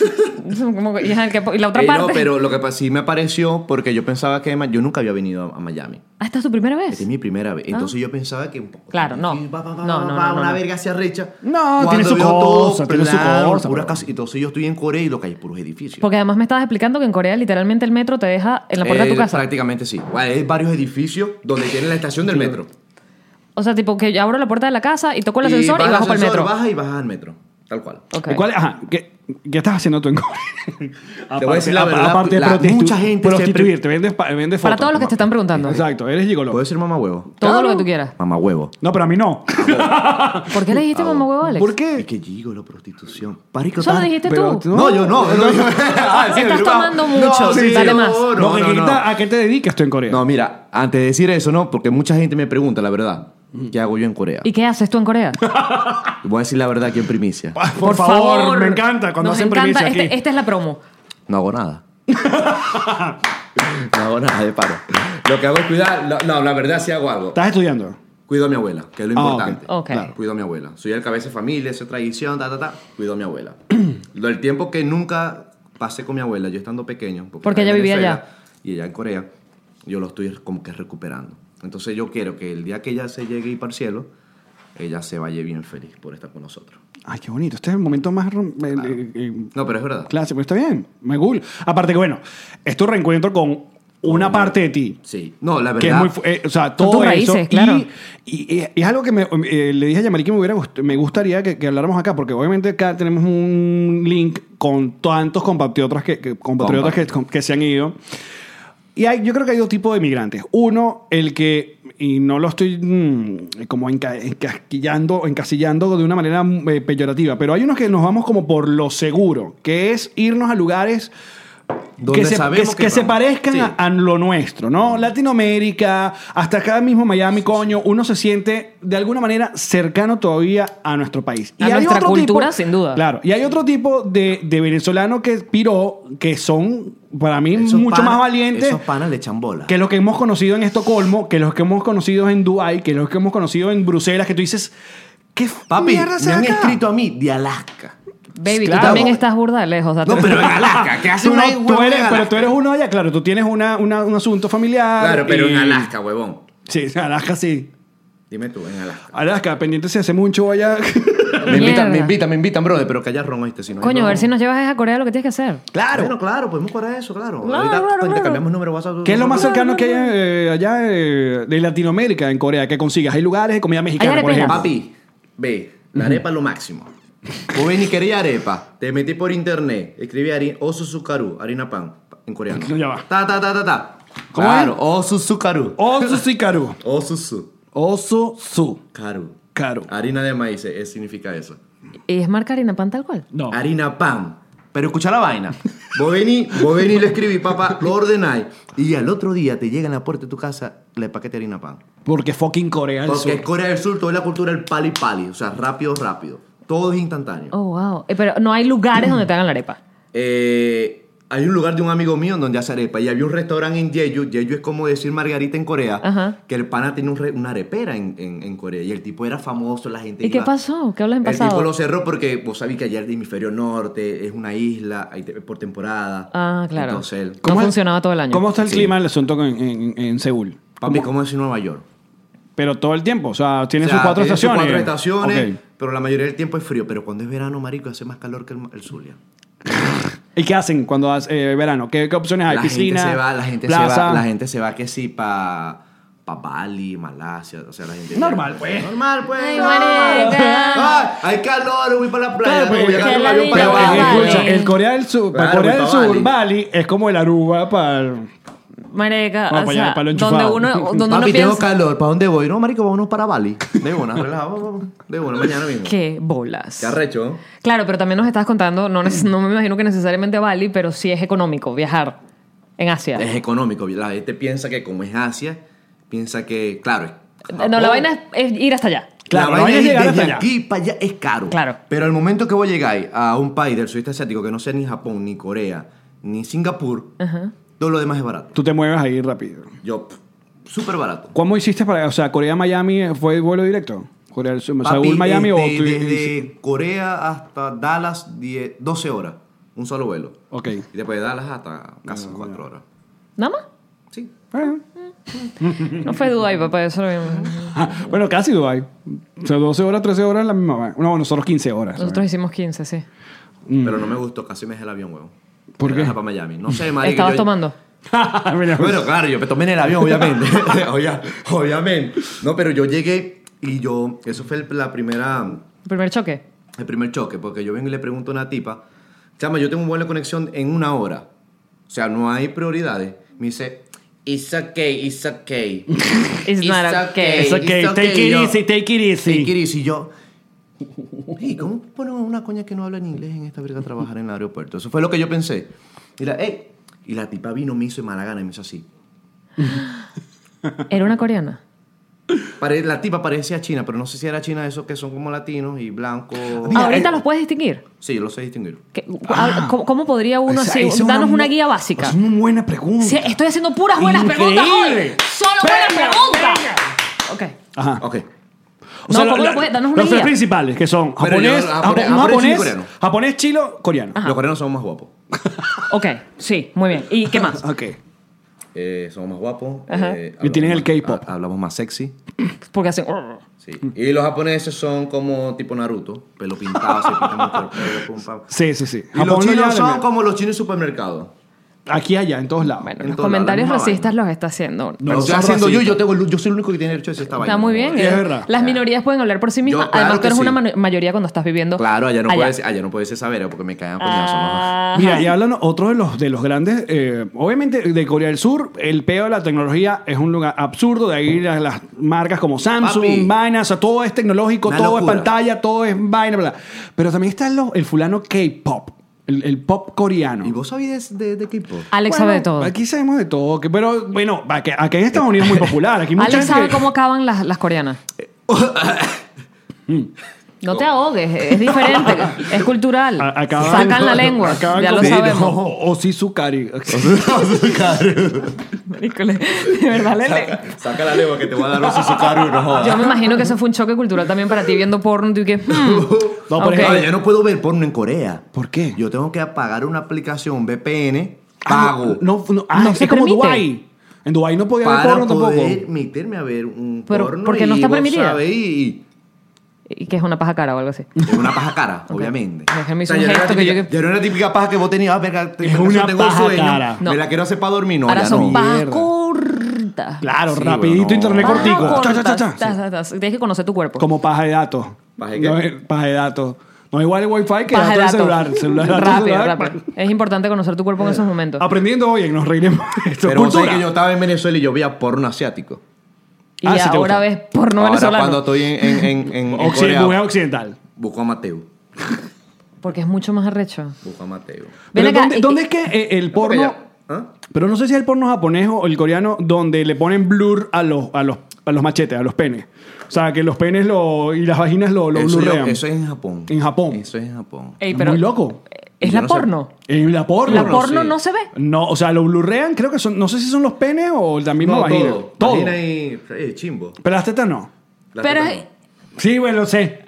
S2: Como que- y ajá, que- y la otra
S3: Eh,
S2: parte.
S3: No, pero lo que pa- sí me pareció, porque yo pensaba que ma- yo nunca había venido a, a Miami.
S2: Ah, esta es tu primera
S3: Esta
S2: vez.
S3: Este es mi primera vez. Entonces yo pensaba que un poco.
S2: Ah. Claro, no.
S3: Sí, va, va, va,
S2: No,
S3: va,
S2: no,
S3: va,
S2: no, no,
S3: una
S2: no.
S3: verga hacia recha.
S1: No,
S3: Cuando
S1: tiene su
S3: veo todo
S1: cosa, tiene su
S3: plano,
S1: cosa,
S3: puras
S1: pero-
S3: casas. Entonces yo estoy en Corea y lo que hay es puros edificios.
S2: Porque además me estabas explicando que en Corea literalmente el metro te deja en la puerta de
S3: Eh,
S2: tu casa.
S3: Prácticamente sí. Bueno, Hay varios edificios donde tienen la estación del metro.
S2: O sea, tipo que yo abro la puerta de la casa y toco el ascensor y,
S3: vas al
S2: bajo para el
S3: ascensor,
S2: metro.
S3: Bajas y bajas al metro. Tal cual.
S2: Ok.
S1: ¿Cuál- ajá, ¿qué, qué estás haciendo tú en Corea?
S3: Te voy a decir la
S1: Aparte-
S3: verdad,
S1: aparte de
S3: la-
S1: prostitu-
S3: mucha gente se
S1: prostituirte, vendes pa- vendes
S2: Para
S1: fotos.
S2: todos los que te están preguntando.
S1: Exacto, eres gigolo.
S3: ¿Puedo decir mamá huevo?
S2: Todo
S1: Claro.
S2: lo que tú quieras.
S3: Mamá huevo.
S1: No, pero a mí no.
S2: ¿Por qué le dijiste mamá huevo, Alex?
S1: Ah, ¿Por qué?
S3: Y que digo la prostitución. Parico,
S2: Eso lo
S3: tal-
S2: dijiste
S1: Pero
S2: tú.
S1: tú-
S3: No, yo no. no, yo- Ah, sí,
S2: Estás
S3: pero-
S2: tomando
S3: no,
S2: mucho,
S3: sí,
S2: dale
S3: no,
S2: más.
S3: No,
S1: No,
S3: no,
S1: que
S3: no.
S1: quita, ¿A qué te dedicas tú en Corea?
S3: No, mira, antes de decir eso, no, porque mucha gente me pregunta la verdad. ¿Qué hago yo en Corea?
S2: ¿Y qué haces tú en Corea?
S3: Voy a decir la verdad aquí en primicia.
S1: Por, favor, me encanta cuando
S2: Nos
S1: hacen
S2: encanta.
S1: premisa aquí.
S2: Este- Esta es la promo.
S3: No hago nada. no hago nada de paro. Lo que hago es cuidar. No, no, la verdad sí hago algo.
S1: ¿Estás estudiando?
S3: Cuido a mi abuela, que es lo
S1: Ah, ok.
S3: importante.
S2: Ok. Claro.
S3: Cuido a mi abuela. Soy el cabeza de familia, soy tradición, ta, ta, ta. Cuido a mi abuela. Lo- el tiempo que nunca pasé con mi abuela, yo estando pequeño.
S2: Porque
S3: estaba
S2: ella
S3: en
S2: vivía
S3: Venezuela
S2: allá.
S3: Y ella en Corea, yo lo estoy como que recuperando. Entonces yo quiero que el día que ella se llegue y para el cielo, ella se vaya bien feliz por estar con nosotros.
S1: Ay, qué bonito. Este es el momento más... rom- eh, eh, eh,
S3: No, pero es verdad.
S1: Clásico, está bien, me cool. Aparte que bueno, es tu reencuentro con una parte de ti.
S3: Sí. No, la verdad.
S1: Que es muy, fu- eh, o sea, todo
S2: tus
S1: eso.
S2: raíces,
S1: y-
S2: claro.
S1: Y, y es algo que me, eh, le dije a Yamari que me, hubiera, gust- me gustaría que, que habláramos acá, porque obviamente acá tenemos un link con tantos compatriotas que, que- compatriotas que, que se han ido. Y hay, yo creo que hay dos tipos de migrantes. Uno, el que, y no lo estoy mm, como enca- encasquillando, encasillando de una manera mm, eh, peyorativa, pero hay unos que nos vamos como por lo seguro, que es irnos a lugares
S3: donde
S1: que se,
S3: sabemos
S1: que- que se
S3: vamos.
S1: parezcan
S3: Sí.
S1: a, a lo nuestro, ¿no? Latinoamérica, hasta acá mismo Miami, coño, uno se siente de alguna manera cercano todavía a nuestro país.
S2: A nuestra cultura, sin duda.
S1: Claro, y hay otro tipo de, de venezolano que piró, que son para mí
S3: Esos
S1: mucho
S3: panas-
S1: más valientes
S3: Esos panas le echan bola.
S1: que los que hemos conocido en Estocolmo, que los que hemos conocido en Dubái, que los que hemos conocido en Bruselas, que tú dices, ¿qué
S3: Papi,
S1: mierda
S3: me
S1: será
S3: han
S1: acá?
S3: escrito a mí de Alaska.
S2: Baby,
S1: Claro.
S2: tú también estás burda de lejos. o sea,
S3: No,
S2: tú-
S3: pero en Alaska. ¿Qué hace
S1: Tú
S3: una
S1: no- tú eres- pero tú eres uno allá, claro, tú tienes una, una- un asunto familiar.
S3: Claro, pero
S1: y-
S3: en Alaska, huevón.
S1: Sí, en Alaska sí.
S3: Dime tú, en Alaska.
S1: Alaska, pendiente si hace mucho allá.
S3: Me invitan,
S2: Mierda.
S3: me invitan, me invitan, brother, pero que haya ron este, si no. hay
S2: Coño, a ver
S3: ron.
S2: si nos llevas a Corea lo que tienes que hacer.
S3: Claro. Bueno, claro, podemos parar eso, claro.
S2: Claro,
S3: Ahorita
S2: claro,
S3: ahorita
S2: claro.
S3: cambiamos número WhatsApp.
S1: ¿Qué es lo más cercano que hay eh, allá eh, de Latinoamérica, en Corea, que consigas? Hay lugares de comida mexicana,
S2: Hay
S1: por
S2: arepejas.
S1: ejemplo.
S3: Papi, ve, la arepa es lo máximo. Vos ven y quería arepa. Te metí por internet, escribí harina, osu sukaru, harina pan, en coreano.
S1: Ya va.
S3: Ta, ta, ta, ta, ta.
S1: ¿Cómo
S3: claro,
S1: es?
S3: osu sukaru.
S1: Oso Sicaru.
S3: Osu su.
S1: Oso su.
S3: Karu.
S1: Caro.
S3: Harina de maíz, eh, significa eso.
S2: Y es marca harina pan tal cual.
S1: No.
S3: Harina pan. Pero escucha la vaina. Vos vení, vos vení y le escribí, papá, lo ordenáis. Y al otro día te llega en la puerta de tu casa el paquete de harina pan.
S1: Porque fucking Corea del
S3: Porque
S1: Sur.
S3: en Corea del Sur toda la cultura del pali pali, o sea, rápido, rápido. Todo es instantáneo.
S2: Oh, wow. Eh, pero no hay lugares donde te hagan la arepa.
S3: Eh, hay un lugar de un amigo mío en donde hace arepa y había un restaurante en Jeju. Jeju es como decir Margarita en Corea,
S2: Ajá.
S3: que el pana tiene un re- una arepera en, en- en Corea y el tipo era famoso, la gente.
S2: ¿Y qué
S3: iba-
S2: pasó? ¿Qué hablas en
S3: el tipo
S2: pasado?
S3: lo cerró porque vos sabés que allá el hemisferio norte es una isla hay te- por temporada.
S2: Ah, claro.
S3: Entonces, él-
S2: No
S1: es-
S2: funcionaba todo el año.
S1: ¿Cómo está el
S3: Sí.
S1: clima el asunto en, en, en Seúl?
S3: papi, ¿cómo es en Nueva York?
S1: Pero todo el tiempo, o sea, tiene
S3: O sea,
S1: sus cuatro
S3: tiene
S1: estaciones.
S3: cuatro estaciones,
S1: Ok.
S3: pero la mayoría del tiempo es frío. Pero cuando es verano, marico, hace más calor que el, el Zulia.
S1: ¿Y qué hacen cuando hace eh, verano? ¿Qué, qué opciones hay?
S3: la
S1: Piscina,
S3: gente se va, la gente
S1: plaza.
S3: se va, la gente se va que sí pa pa Bali, Malasia, o sea, la gente
S1: Normal, pues.
S3: Normal pues.
S2: Ay,
S3: normal.
S2: marica.
S3: Ay, hay calor, voy para la
S1: Claro,
S3: playa,
S1: pues,
S3: no,
S1: pero-
S3: voy a agarrar
S2: Que
S3: un
S2: la
S3: avión para
S2: vida
S3: abajo.
S2: vale.
S1: Escucha, el Corea del Sur, para
S3: Claro,
S1: Corea del
S3: para
S1: Sur,
S3: Bali.
S1: Bali es como el Aruba para
S2: Marica,
S1: Vamos
S2: o
S1: para allá,
S2: sea,
S1: para lo
S2: donde
S1: enchufado.
S2: uno, donde uno
S3: Papi, tengo
S2: piensa...
S3: calor, ¿para dónde voy? No, marico, vámonos para Bali. De una, relajado, vamos, vamos. de una, mañana mismo.
S2: ¿Qué bolas?
S3: Qué arrecho, ¿no?
S2: Claro, pero también nos estás contando, no,
S1: Mm.
S2: neces- no me imagino que necesariamente a Bali, pero sí es económico viajar en Asia.
S3: Es económico, la gente piensa que como es Asia, piensa que, claro, es
S2: No, la
S3: Japón.
S2: vaina es, es ir hasta allá.
S1: Claro,
S3: Claro,
S1: la
S3: la
S1: vaina es
S3: vaina es
S1: llegar
S3: desde
S1: hasta allá.
S3: aquí para allá es caro.
S2: Claro.
S3: Pero al momento que vos llegáis a un país del sudeste asiático que no sea ni Japón, ni Corea, ni Singapur, todo lo demás es barato.
S1: Tú te mueves ahí rápido.
S3: Yo, pff, súper barato.
S1: ¿Cómo hiciste para, o sea, Corea Miami fue vuelo directo? Corea del Sur,
S3: Papi, este,
S1: Seúl Miami
S3: desde,
S1: o tú-
S3: desde Corea hasta Dallas, 10, 12 horas. Un solo vuelo.
S1: Ok.
S3: Y después de Dallas hasta casi 4 horas.
S2: ¿Nada más?
S3: Sí.
S1: Bueno. Mm.
S2: No fue Dubái, papá, eso lo vimos.
S1: Ah, Bueno, casi Dubai. O sea, 12 horas, 13 horas la misma. vaina. No, nosotros 15 horas.
S2: Nosotros hicimos 15, sí.
S3: Pero no me gustó, casi me dejé el avión, huevo.
S1: Mm. ¿Por
S3: De
S1: qué?
S3: Dallas Para Miami. No sé, marico.
S2: Estabas
S3: yo-
S2: tomando.
S1: Mira,
S3: Bueno, claro, yo me tomé en el avión, obviamente. Obvia- obviamente. No, pero yo llegué y yo. Eso fue el- la primera.
S2: ¿El primer choque?
S3: El primer choque, porque yo vengo y le pregunto a una tipa, chama, yo tengo un vuelo de conexión en una hora. O sea, no hay prioridades. Me dice, it's okay, it's okay.
S2: It's not okay.
S1: It's okay,
S3: it's
S1: take it
S3: eh, yo,
S1: easy, take it easy.
S3: Take it easy. Yo, hey, ¿cómo ponemos una coña que no habla en inglés en esta verga a trabajar en el aeropuerto? Eso fue lo que yo pensé. Y la, "Ey". Y la tipa vino, me hizo de mala gana y me hizo así.
S2: Era una coreana.
S3: Pare- La tipa parecía china, pero no sé si era china esos que son como latinos y blancos.
S1: eh,
S2: Ahorita los puedes distinguir.
S3: Sí, yo lo sé distinguir.
S2: ¿Qué-
S1: Ah.
S2: ah, ¿Cómo, cómo podría uno
S1: Esa-
S2: así?
S1: esa es
S2: Danos
S1: mu-
S2: una guía básica.
S1: Es una buena pregunta.
S2: Sí, estoy haciendo puras buenas preguntas
S1: Increíble.
S2: hoy. Solo buenas
S1: Venga,
S2: preguntas. Ok.
S1: Ajá.
S3: Ok.
S1: O sea,
S2: No,
S1: lo-
S2: ¿cómo
S1: lo-
S2: lo puedes- danos una
S1: los tres
S2: guía.
S1: principales que son
S3: Pero
S1: japonés,
S3: yo- japonés-
S1: japo- no,
S3: japonés, chino y
S1: japonés,
S3: coreano.
S1: japonés, chilo, coreano.
S3: Los coreanos son más guapos.
S2: Ok, sí, muy bien. ¿Y qué más?
S1: Ok.
S3: eh, somos más guapos.
S2: Ajá.
S3: eh,
S1: Y tienen
S3: hablamos
S1: el
S3: más-
S1: K-pop.
S3: ha- Hablamos más sexy.
S2: Porque hacen...
S3: Sí. Y los japoneses son como tipo Naruto, pelo pintado, se pintan mucho el pelo, pum, pam.
S1: Sí, sí, sí.
S3: Y los
S1: Japón lo
S3: chinos
S1: llama-
S3: son como los chinos de supermercado.
S1: Aquí, allá, en todos lados.
S2: Bueno,
S3: En
S2: los
S3: todo lado,
S2: comentarios
S3: la misma
S2: racistas
S3: vaina.
S2: los está haciendo.
S1: No,
S3: lo estoy
S1: son
S3: haciendo yo,
S1: racistas.
S3: yo, tengo, el- yo soy el único que tiene derecho a decir esta vaina.
S2: Está muy bien.
S1: Es
S2: eh.
S1: verdad.
S2: Las minorías pueden hablar por sí mismas.
S3: Ah. Yo, claro
S2: Además, tú
S3: que
S2: eres
S3: sí.
S2: una mano- mayoría cuando estás viviendo.
S3: Claro, allá no, "Ah, Puede, ser- allá no puede ser saber porque me caen a coñazo. ¿no?
S2: Ajá.
S1: Mira, y hablan otro de los, de los grandes. eh, obviamente, de Corea del Sur, el peo de la tecnología es un lugar absurdo. De ahí las, las marcas como Samsung,
S3: Mm. Papi.
S1: vainas, o sea, todo es tecnológico,
S3: Una
S1: todo
S3: locura.
S1: es pantalla, todo es vaina, bla, bla. Pero también está lo- el fulano K-pop, el, el pop coreano.
S3: ¿Y vos sabías de, de K-pop?
S2: Alex
S1: Bueno,
S2: sabe de todo.
S1: Aquí sabemos de todo. que- pero bueno, aquí, aquí en Estados Unidos es muy popular. Aquí hay mucha
S2: Alex
S1: gente
S2: sabe
S1: que-
S2: cómo acaban las, las coreanas.
S3: Mm.
S2: no te ahogues, es diferente, es cultural.
S1: a- acaban-
S2: Sacan la lengua,
S1: acaban
S2: ya
S1: con-
S2: lo
S1: Sí,
S2: sabemos.
S1: no, o sí, su cari.
S2: Híjole, De verdad, Lele.
S3: Saca la lengua que te voy a dar un Suzukaru, no jodas.
S2: Yo me imagino que eso fue un choque cultural también para ti viendo porno. Tú que, hmm.
S1: No,
S2: Ok.
S1: pero
S3: Oye, yo no puedo ver porno en Corea.
S1: ¿Por qué?
S3: Yo tengo que apagar una aplicación VPN,
S1: Ah,
S3: pago,
S1: No, no, ah,
S2: No
S1: es
S2: se
S1: como
S2: permite.
S1: Dubai. En Dubai no podía haber
S3: para
S1: porno
S3: poder
S1: tampoco.
S3: meterme a ver un
S2: Pero,
S3: porno.
S2: ¿por qué no
S3: y
S2: está
S3: vos
S2: permitida?
S3: sabés, y-
S2: Y que es una paja cara o algo así.
S3: y es una paja cara, obviamente.
S2: Déjame hizo un
S3: ya no era
S2: gesto que yo
S3: típica-
S2: que-
S3: ya no era la típica paja que vos tenías. Ah, verga, te-
S1: Es
S3: verga,
S1: una
S3: yo tengo
S1: paja
S3: sueño,
S1: cara.
S2: No.
S3: Me la quiero hacer para dormir. No,
S2: Ahora
S3: ya
S2: son
S3: no.
S2: pajas
S1: Mierda.
S2: cortas.
S1: Claro,
S3: Sí,
S1: rapidito,
S3: bueno.
S1: internet
S2: Paja
S1: cortico. Cha,
S2: corta.
S1: cha, cha, cha.
S2: Tas, tas, tas. Tienes que conocer tu cuerpo.
S1: Como paja de datos.
S3: ¿Paja de qué?
S1: No, eh, paja de datos. No igual el wifi que
S2: Paja de
S1: datos del celular.
S2: datos.
S1: celular datos
S2: rápido,
S1: celular. Ah,
S2: rápido. Es importante conocer tu cuerpo en esos momentos.
S1: Aprendiendo hoy, en nos reiremos. de Esto
S3: Pero vos sabés
S1: cultura.
S3: que yo estaba en Venezuela y yo veía porno asiático.
S2: Y
S1: Ah, sí te gusta.
S2: ahora ves porno
S3: Ahora
S2: venezolano.
S3: cuando estoy en, en, en, en- en
S1: Occident-
S3: Corea,
S1: mujer occidental.
S3: busco a Mateo.
S2: Porque es mucho más arrecho.
S3: Busco a Mateo.
S2: Ven
S1: Pero
S2: acá,
S1: ¿dónde,
S2: y-
S1: dónde es que eh, el porno?
S3: Porque ya- ¿Ah?
S1: Pero no sé si es el porno japonés o el coreano donde le ponen blur a los, a los, a los machetes, a los penes. O sea, que los penes lo, y las vaginas lo, lo
S3: eso, yo-
S1: blurrean.
S3: eso es en Japón.
S1: En Japón. Eh,
S3: Eso es en Japón.
S2: Ey,
S1: Es
S2: pero-
S1: muy loco.
S2: Es
S3: Yo
S2: la
S3: no sé.
S2: porno.
S1: En la porno.
S2: La
S3: no
S2: porno
S3: sé.
S2: no se ve.
S1: No, o sea, lo blurrean, creo que son, no sé si son los penes o la misma
S3: No,
S1: vagina.
S3: todo.
S1: Todo.
S3: Vagina y eh, chimbo.
S1: Pero las tetas no.
S3: La
S2: pero
S3: teta
S2: es-
S1: Sí, bueno, sé.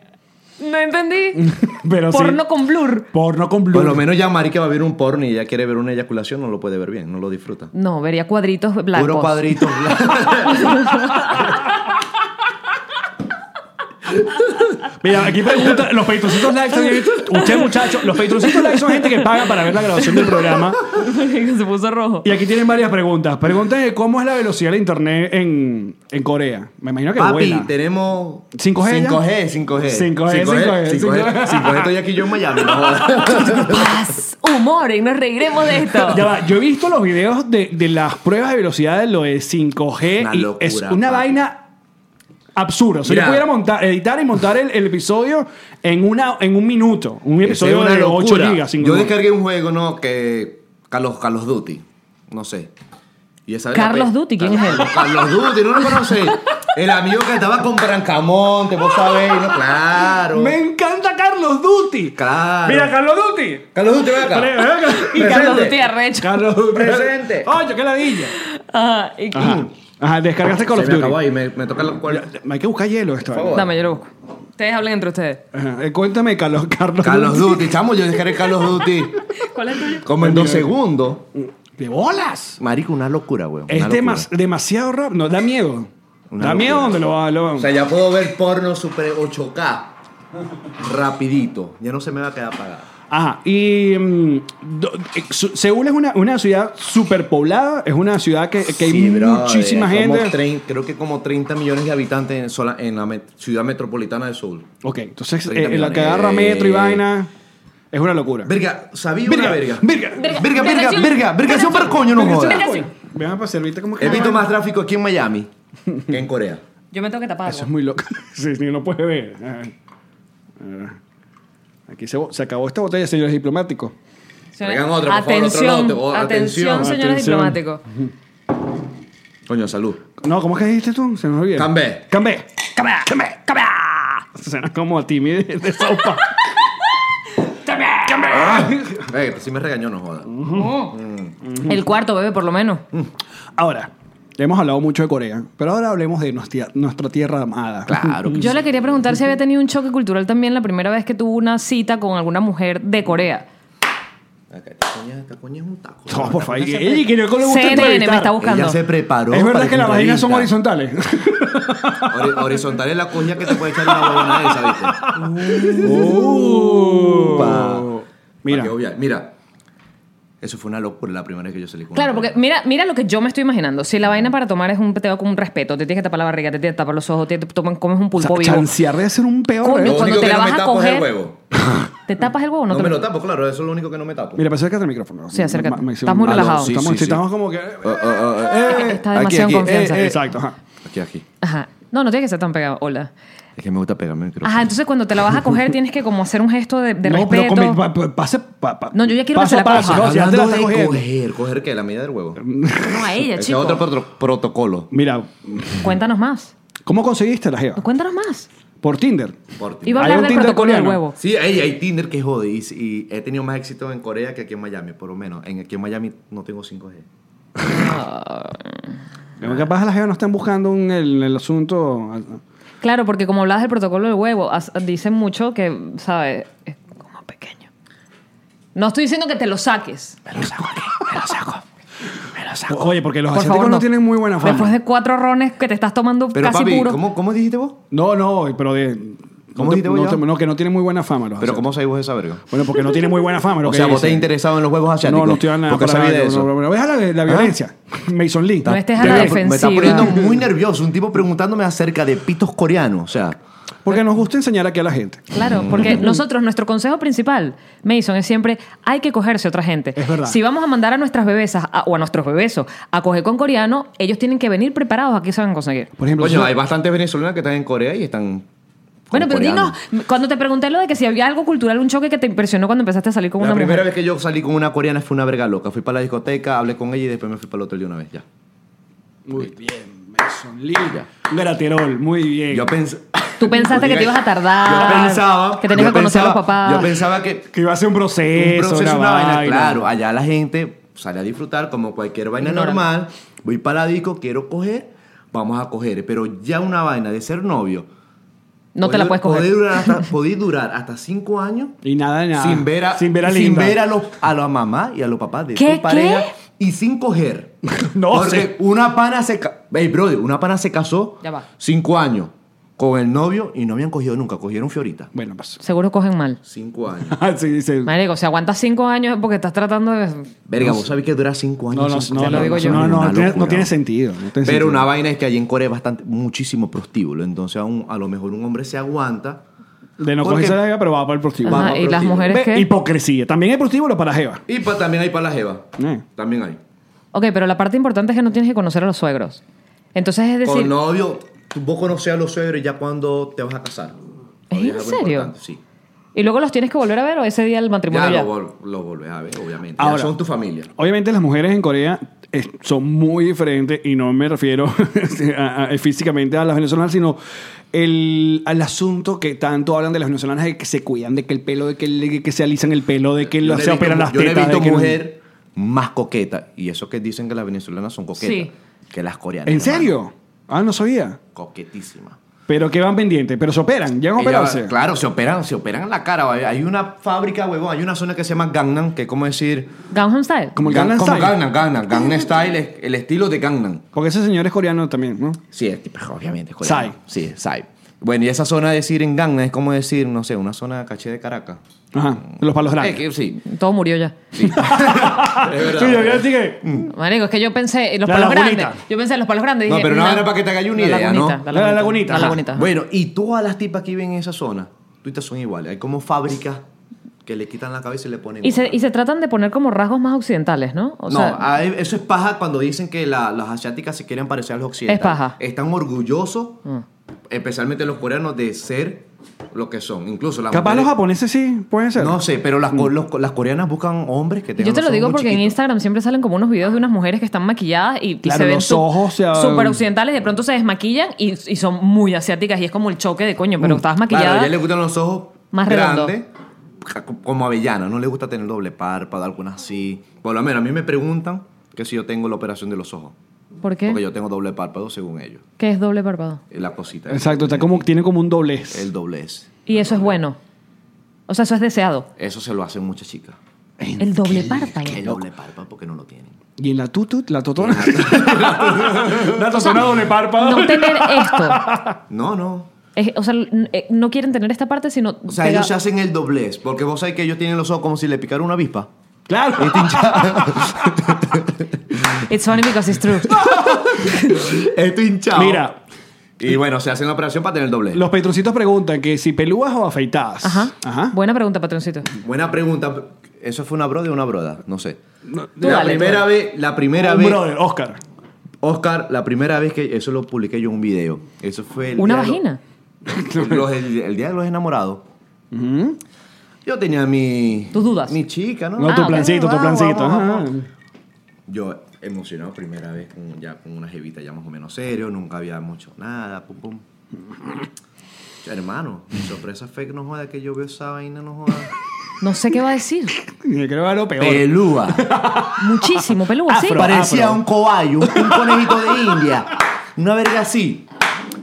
S2: no entendí.
S1: Pero sí.
S2: porno con blur.
S1: Porno con
S3: no.
S1: blur.
S3: Por lo menos ya Marica va a ver un porno y ya quiere ver una eyaculación, no lo puede ver bien, no lo disfruta.
S2: No, vería cuadritos blancos.
S3: Puro cuadrito.
S1: Mira, aquí pregunta, los patroncitos likes son- Usted, muchacho, los patroncitos likes son gente que paga para ver la grabación del programa.
S2: Que se puso rojo.
S1: Y aquí tienen varias preguntas. Preguntan de cómo es la velocidad de internet en, en Corea. Me imagino que
S3: Papi,
S1: buena.
S3: tenemos
S1: 5G ya?
S3: 5G, 5G, 5G.
S1: 5G, 5G.
S3: 5G. 5G, estoy aquí yo en Miami, no jodas.
S2: Paz, humor y nos reiremos de esto.
S1: Ya va, yo he visto los videos de, de las pruebas de velocidad de lo de 5G
S3: Una
S1: y
S3: locura,
S1: es una
S3: papi.
S1: vaina absurda. Si yo
S3: Mira.
S1: pudiera montar, editar y montar el, el episodio en, una, en un minuto, un episodio de 8 gigas. cinco
S3: Yo
S1: minutos.
S3: descargué un juego, ¿no? Que. Carlos, Carlos Duty. No sé. Y esa
S2: Carlos Duty, ¿quién es él?
S3: Carlos Duty, no lo conoces. El amigo que estaba con Brancamonte, vos sabés, ¿no? Claro.
S1: Me encanta Carlos Duty.
S3: Claro.
S1: Mira, Carlos Duty.
S3: Carlos Duty, ven acá.
S1: Vale, ven acá.
S2: y Carlos
S3: Presente.
S2: Duty arrecho.
S1: Carlos Duty.
S3: Presente.
S1: Oye, qué ladilla.
S2: Ajá, y-
S1: Ajá. Ajá, descargaste Call
S3: Se
S1: of
S3: me acabó
S1: Duty.
S3: ahí, me, me toca la cual-
S1: Hay que buscar hielo esto.
S3: Por favor.
S2: Dame, yo lo busco. Ustedes hablen entre ustedes.
S1: Ajá. Eh, Cuéntame, Carlos, Carlos,
S3: Carlos Duty, chamo, yo descargué Carlos Duty.
S2: ¿Cuál es el tuyo?
S3: Como en dos segundos.
S1: ¡De bolas!
S3: Marico, una locura, weón. una
S1: Es
S3: locura.
S1: demas- demasiado rápido. No, da miedo.
S3: Una
S1: da
S3: locura.
S1: miedo donde lo va. Lo va.
S3: O sea, ya puedo ver porno super 8K. Rapidito. Ya no se me va a quedar apagado.
S1: Ajá. Y mm, do- eh, Su- Seúl es una, una ciudad superpoblada. Es una ciudad que, que hay
S3: Sí, brother,
S1: muchísima
S3: hay como
S1: gente.
S3: trein- creo que como 30 millones de habitantes en, sola- en la met- ciudad metropolitana de Seúl.
S1: Ok, entonces eh,
S3: 30
S1: en la que
S3: millones.
S1: agarra metro y vaina es una locura.
S3: Verga, sabía una verga.
S1: verga.
S3: Verga, verga,
S2: Vergación.
S3: verga, vergación para el coño, no
S1: Verga,
S3: jodas.
S1: sí,
S2: Verga,
S1: coño. Vean para servirte como que.
S3: He visto más tráfico aquí en Miami que en Corea.
S2: Yo me tengo que tapar.
S1: Eso es
S2: algo.
S1: muy loco. sí, sí, no puede ver. Ah. Ah. Aquí se, bo- se acabó esta botella, señores diplomáticos.
S2: Señor-
S3: Traigan otra, por favor, otro
S2: atención,
S3: lote, oh,
S2: atención,
S3: atención.
S2: señores
S1: Atención.
S2: diplomáticos.
S3: Coño, salud.
S1: No, ¿cómo es que dijiste tú? Se nos olvidó.
S3: Cambé.
S1: Cambé. Cambé. Cambé. Cambé. Suena como a timid de sopa. Ah.
S3: Verga, Eh, si me regañó, no jodas.
S2: El cuarto, bebé, por lo menos.
S1: Ahora, hemos hablado mucho de Corea, pero ahora hablemos de nuestra, nuestra tierra amada.
S3: Claro. que
S2: Yo le quería preguntar si había tenido un choque cultural también la primera vez que tuvo una cita con alguna mujer de Corea.
S3: Acá, esta coña, esta coña es un taco.
S1: No, por favor.
S3: Ella
S1: Ella que no le gusta
S2: CNN me
S1: entrevistar.
S2: está buscando.
S3: se preparó.
S1: Es
S3: para
S1: verdad que las vaginas
S3: entrevista.
S1: son horizontales.
S3: Hori- horizontal es la coña que te puede echar una huevona esa, ¿viste?
S1: Oh. Mira.
S3: Para que obvia- Mira. Eso fue una locura la primera vez que yo salí con
S2: Claro,
S3: una
S2: porque mira, mira lo que yo me estoy imaginando. Si la vaina para tomar es un te da como un respeto, te tienes que tapar la barriga, te tienes que tapar los ojos, te toman, comes un
S1: O sea,
S2: pulpo vivo.
S1: chancear de hacer un peor.
S2: Coño,
S1: ¿eh?
S3: Lo
S2: cuando
S3: único
S2: te
S3: que
S2: la
S3: no
S2: vas
S3: me
S2: a
S3: tapo es el
S2: coger-
S3: huevo.
S2: ¿Te tapas el huevo o no,
S3: No
S2: te
S3: me lo tapo, claro, eso es lo único que no me tapo.
S1: Mira, pero acércate al micrófono.
S2: Sí, acércate.
S1: Ma- máximo.
S2: Estás muy
S1: Ah, no,
S2: relajado.
S1: sí, estamos, sí, Uh,
S3: sí, sí.
S1: estamos como que.
S3: Oh, oh, oh, oh, eh,
S2: Está demasiado en confianza.
S1: eh, eh, exacto, ajá.
S3: Aquí, aquí.
S2: Ajá. No, no tiene que ser tan pegado. Hola.
S3: Es que me gusta pegarme el micrófono.
S2: Ajá, entonces cuando te la vas a coger tienes que como hacer un gesto de, de
S1: no, pero
S2: respeto.
S1: come- pa- pa- pase, pa- pa-
S2: No, yo ya quiero que
S1: paso
S2: se
S1: a
S2: la
S1: paso,
S2: coja.
S1: ¿no? Si ya te la
S3: Hablando
S1: estás
S3: de
S1: cogiendo.
S3: coger, coger qué, la medida del huevo.
S2: No a ella,
S3: Ese es
S2: Mm, chico.
S3: otro protro- protocolo.
S1: Mira,
S2: Cuéntanos más.
S1: ¿cómo conseguiste la jeva?
S2: Cuéntanos más.
S1: Por Tinder.
S3: Por ti.
S2: Iba a
S1: Hay un
S2: hablar del
S1: Tinder
S2: protocolo del
S1: coreano.
S2: huevo.
S3: Sí, hay, hay Tinder que jode. Y, y he tenido más éxito en Corea que aquí en Miami, por lo menos. En, aquí en Miami no tengo 5G.
S1: Capaz las jevas no están buscando en el, el asunto.
S2: Claro, porque como hablabas del protocolo del huevo, as- dicen mucho que, ¿sabes? Es como pequeño. No estoy diciendo que te lo saques.
S1: Oye, porque los
S2: Por
S1: asiáticos
S2: favor,
S1: no tienen muy buena fama.
S2: Después de cuatro rones que te estás tomando
S3: Pero
S2: casi
S3: papi,
S2: puro.
S3: ¿cómo, ¿cómo dijiste vos?
S1: No, no, pero de.
S3: ¿Cómo
S1: no,
S3: dijiste
S1: no,
S3: vos ya?
S1: no, que no tienen muy buena fama los
S3: Pero
S1: asiáticos.
S3: ¿cómo sabés vos esa verga?
S1: Bueno, porque no tienen muy buena fama. lo
S3: O
S1: que
S3: sea, vos
S1: dicen.
S3: te interesado en los huevos asiáticos.
S1: No, no estoy hablando
S3: Porque
S1: para
S3: sabía de
S1: No, no,
S3: eso. Ah.
S1: no, no, deja la, la violencia. Mason Lee.
S2: No estés a la
S3: Me- Me está
S2: defensiva.
S3: poniendo muy nervioso un tipo preguntándome acerca de pitos coreanos. O sea,
S1: Porque nos gusta enseñar aquí a la gente.
S2: Claro, porque nosotros, nuestro consejo principal, Mason, es siempre hay que cogerse a otra gente.
S1: Es verdad.
S2: Si vamos a mandar a nuestras bebesas a- o a nuestros bebesos a coger con coreano, ellos tienen que venir preparados a qué se van a conseguir.
S1: Por ejemplo,
S3: coño,
S1: si-
S3: hay bastantes venezolanos que están en Corea y están. con
S2: Bueno, pero
S3: coreanos.
S2: dinos, cuando te pregunté lo de que si había algo cultural, un choque que te impresionó cuando empezaste a salir con
S3: La
S2: una
S3: primera
S2: mujer.
S3: vez que yo salí con una coreana fue una verga loca. Fui para la discoteca, hablé con ella y después me fui para el hotel de una vez. Ya.
S1: Muy bien, Mason Lee. Un Graterol, muy bien.
S3: Yo pensé.
S2: Tú pensaste que te ibas a tardar,
S3: Yo pensaba.
S2: que tenías
S3: yo
S2: que conocer a los
S3: pensaba-
S2: papás.
S3: Yo pensaba que.
S1: que iba a ser un proceso.
S3: un proceso, una, vaina,
S1: vaina.
S3: claro. Allá la gente sale a disfrutar como cualquier vaina
S2: Ignora.
S3: normal. Voy para la disco, quiero coger, vamos a coger. Pero ya una vaina de ser novio.
S2: No te la puedes coger.
S3: Podí durar hasta, podí durar hasta cinco años
S1: Y nada, nada.
S3: sin ver a,
S1: Ah, sin ver a Linda.
S3: ver a los a la mamá y a los papás de
S2: ¿Qué?
S3: tu pareja y sin coger.
S1: No
S3: Porque
S1: sé.
S3: una pana se ca- Ey, brother, una pana se casó
S2: Ya va.
S3: cinco años con el novio y no habían cogido nunca, cogieron Fiorita.
S1: Bueno, pasó.
S2: Seguro cogen mal.
S3: Cinco años.
S1: sí, dice. No,
S2: Marico, si aguantas cinco años es porque estás tratando de...
S3: Verga, vos sabés que dura cinco años.
S1: no, no,
S3: sin
S1: no,
S3: coger?
S2: lo
S1: no,
S2: digo
S1: no,
S2: yo.
S1: no, no,
S3: Una
S1: tiene, no
S3: locura,
S1: tiene
S3: ¿no?
S1: sentido. no tiene
S3: Pero
S1: sentido.
S3: una vaina es que allí en Corea es bastante, muchísimo prostíbulo. Entonces, a, un- a lo mejor un hombre se aguanta.
S1: De no
S3: Porque-
S1: cogerse la jeva, pero va para el prostíbulo.
S3: Ajá,
S1: Va para
S2: y las
S1: el prostíbulo.
S2: mujeres
S1: Ve,
S2: qué?
S1: Hipocresía. También hay prostíbulo para jeva.
S3: Y pa- también hay para la jeva.
S1: Eh.
S3: También hay.
S2: Ok, pero la parte importante es que no tienes que conocer a los suegros. Entonces es decir...
S3: Con novio, tú- vos conoces a los suegros ya cuando te vas a casar.
S2: ¿Es
S3: Oye,
S2: en
S3: algo
S2: serio?
S3: importante, Sí.
S2: ¿Y luego los tienes que volver a ver o ese día el matrimonio
S3: Ya,
S2: ya?
S3: Lo, vol- lo volvés a ver, obviamente. Ya
S1: Ahora.
S3: son tu familia.
S1: Obviamente las mujeres en Corea es- son muy diferentes y no me refiero a- a- físicamente a las venezolanas, sino el, al asunto que tanto hablan de las venezolanas de que se cuidan, de que el pelo, de que, le- que se alisan el pelo, de que
S3: Yo
S1: lo-
S3: le he
S1: se
S3: visto
S1: operan
S3: mu-
S1: las
S3: yo le
S1: tetas.
S3: he visto
S1: de que no-
S3: mujer más coqueta. Y eso que dicen que las venezolanas son coquetas.
S2: Sí.
S3: Que las coreanas.
S1: ¿En
S3: hermano.
S1: serio? Ah, no sabía.
S3: Coquetísimas.
S1: Pero que van pendientes, pero se operan, llegan a
S3: Ella-
S1: operarse.
S3: claro, se operan, se operan en la cara. va. Hay una fábrica, huevón, hay una zona que se llama Gangnam, que es como decir...
S2: Gangnam Style.
S1: Como el
S3: Gan-
S1: Gangnam
S3: como
S1: Style.
S3: Gangnam, Gangnam. Gangnam Style es el estilo de Gangnam.
S1: Porque ese señor es coreano también, ¿no?
S3: Sí, es tipo, obviamente. es coreano.
S1: Psy.
S3: Sí, Sai. Bueno, y esa zona de decir en Gangnam es como decir, no sé, una zona caché de Caracas.
S1: Ajá, de los palos
S3: Eh,
S1: grandes.
S3: que sí.
S2: Todo murió ya.
S3: Es verdad.
S1: Sí, yo creo que sí que-
S2: Marico, es que yo pensé en los
S1: La
S2: palos
S1: lagunita.
S2: grandes. Yo pensé en los palos grandes.
S3: No,
S2: dije,
S3: pero no
S2: na-
S3: era para que te haga una
S2: la
S3: idea,
S2: lagunita,
S3: ¿no?
S1: La
S2: La lagunita.
S1: lagunita,
S2: La
S1: ajá.
S2: lagunita, ajá.
S3: Bueno, y todas las tipas que viven en esa zona, todas son iguales. Hay como fábricas que le quitan la cabeza y le ponen.
S2: Y se,
S3: otra.
S2: y se tratan de poner como rasgos más occidentales, ¿no? O
S3: no,
S2: sea,
S3: ah, eso es paja cuando dicen que la- las asiáticas se quieren parecer a los occidentales.
S2: Es paja. Mm.
S3: Están orgullosos, especialmente los coreanos, de ser lo que son. Incluso las
S1: Capaz los
S3: mujeres-
S1: japoneses sí, pueden ser.
S3: No sé, pero las, co- los- las coreanas buscan hombres que tengan
S2: yo te
S3: los
S2: lo
S3: ojos
S2: digo
S3: muy
S2: porque en
S3: chiquitos.
S2: Instagram siempre salen como unos videos de unas mujeres que están maquilladas y, y
S1: Claro,
S2: se ven
S1: los ojos se-
S2: super occidentales y de pronto se desmaquillan y, y son muy asiáticas y es como el choque de coño, pero estabas maquillada.
S3: Claro, a ella le gustan los ojos
S2: Más redondo.
S3: grandes, ca- como avellana. No le gusta tener doble párpado, algunas así. Por lo menos a mí me preguntan que si yo tengo la operación de los ojos.
S2: ¿Por qué?
S3: Porque yo tengo doble párpado según ellos.
S2: ¿Qué es doble párpado?
S3: Eh, La cosita.
S1: Exacto, está como, tiene como un doblez.
S3: El doblez.
S2: Y eso es bueno. O sea, eso es deseado.
S3: Eso se lo hacen muchas chicas.
S2: El doble párpado.
S3: El doble párpado porque no lo tienen.
S1: Y en la tutut, la totona. la totona doble párpado.
S2: No tener esto.
S3: No, no.
S2: Es- o sea, n- eh, no quieren tener esta parte, sino.
S3: O sea,
S2: pega-
S3: ellos se hacen el doblez. Porque vos sabés que ellos tienen los ojos como si le picara una avispa.
S1: Claro.
S2: It's funny because it's true.
S3: Esto hinchado.
S1: Mira.
S3: Y bueno, se hacen la operación para tener el doblez.
S1: Los petroncitos preguntan que si pelúas o afeitadas.
S2: Ajá. Buena pregunta, patroncito.
S3: Buena pregunta. ¿Eso fue una broda o una broda? No sé.
S2: Tú
S3: la
S1: pues.
S2: dale,
S3: primera
S2: tú
S3: vez, la primera
S1: Un
S3: vez,
S1: brother, Oscar.
S3: Oscar, la primera vez que eso lo publiqué yo en un video. Eso fue el
S2: Una
S3: día de lo-
S2: vagina.
S3: los- el, el día de los enamorados. Yo tenía mi.
S2: Tus dudas.
S3: Mi chica, ¿no?
S1: No,
S2: Ah,
S1: tu
S2: ok.
S1: plancito, tu
S3: Vamos,
S1: plancito.
S3: vamos,
S1: Ajá.
S3: vamos. Yo emocionado primera vez con, ya con una jevita ya más o menos serio, nunca habíamos hecho nada, pum pum. Yo, Hermano, mi sorpresa fue que no joda que yo veo esa vaina, no joda.
S2: No sé qué va a decir.
S1: Yo creo que era lo peor.
S3: Pelúa.
S2: Muchísimo, pelúa, sí.
S1: Afro.
S3: Parecía
S1: afro.
S3: un cobayo, un, un conejito de India. Una verga así.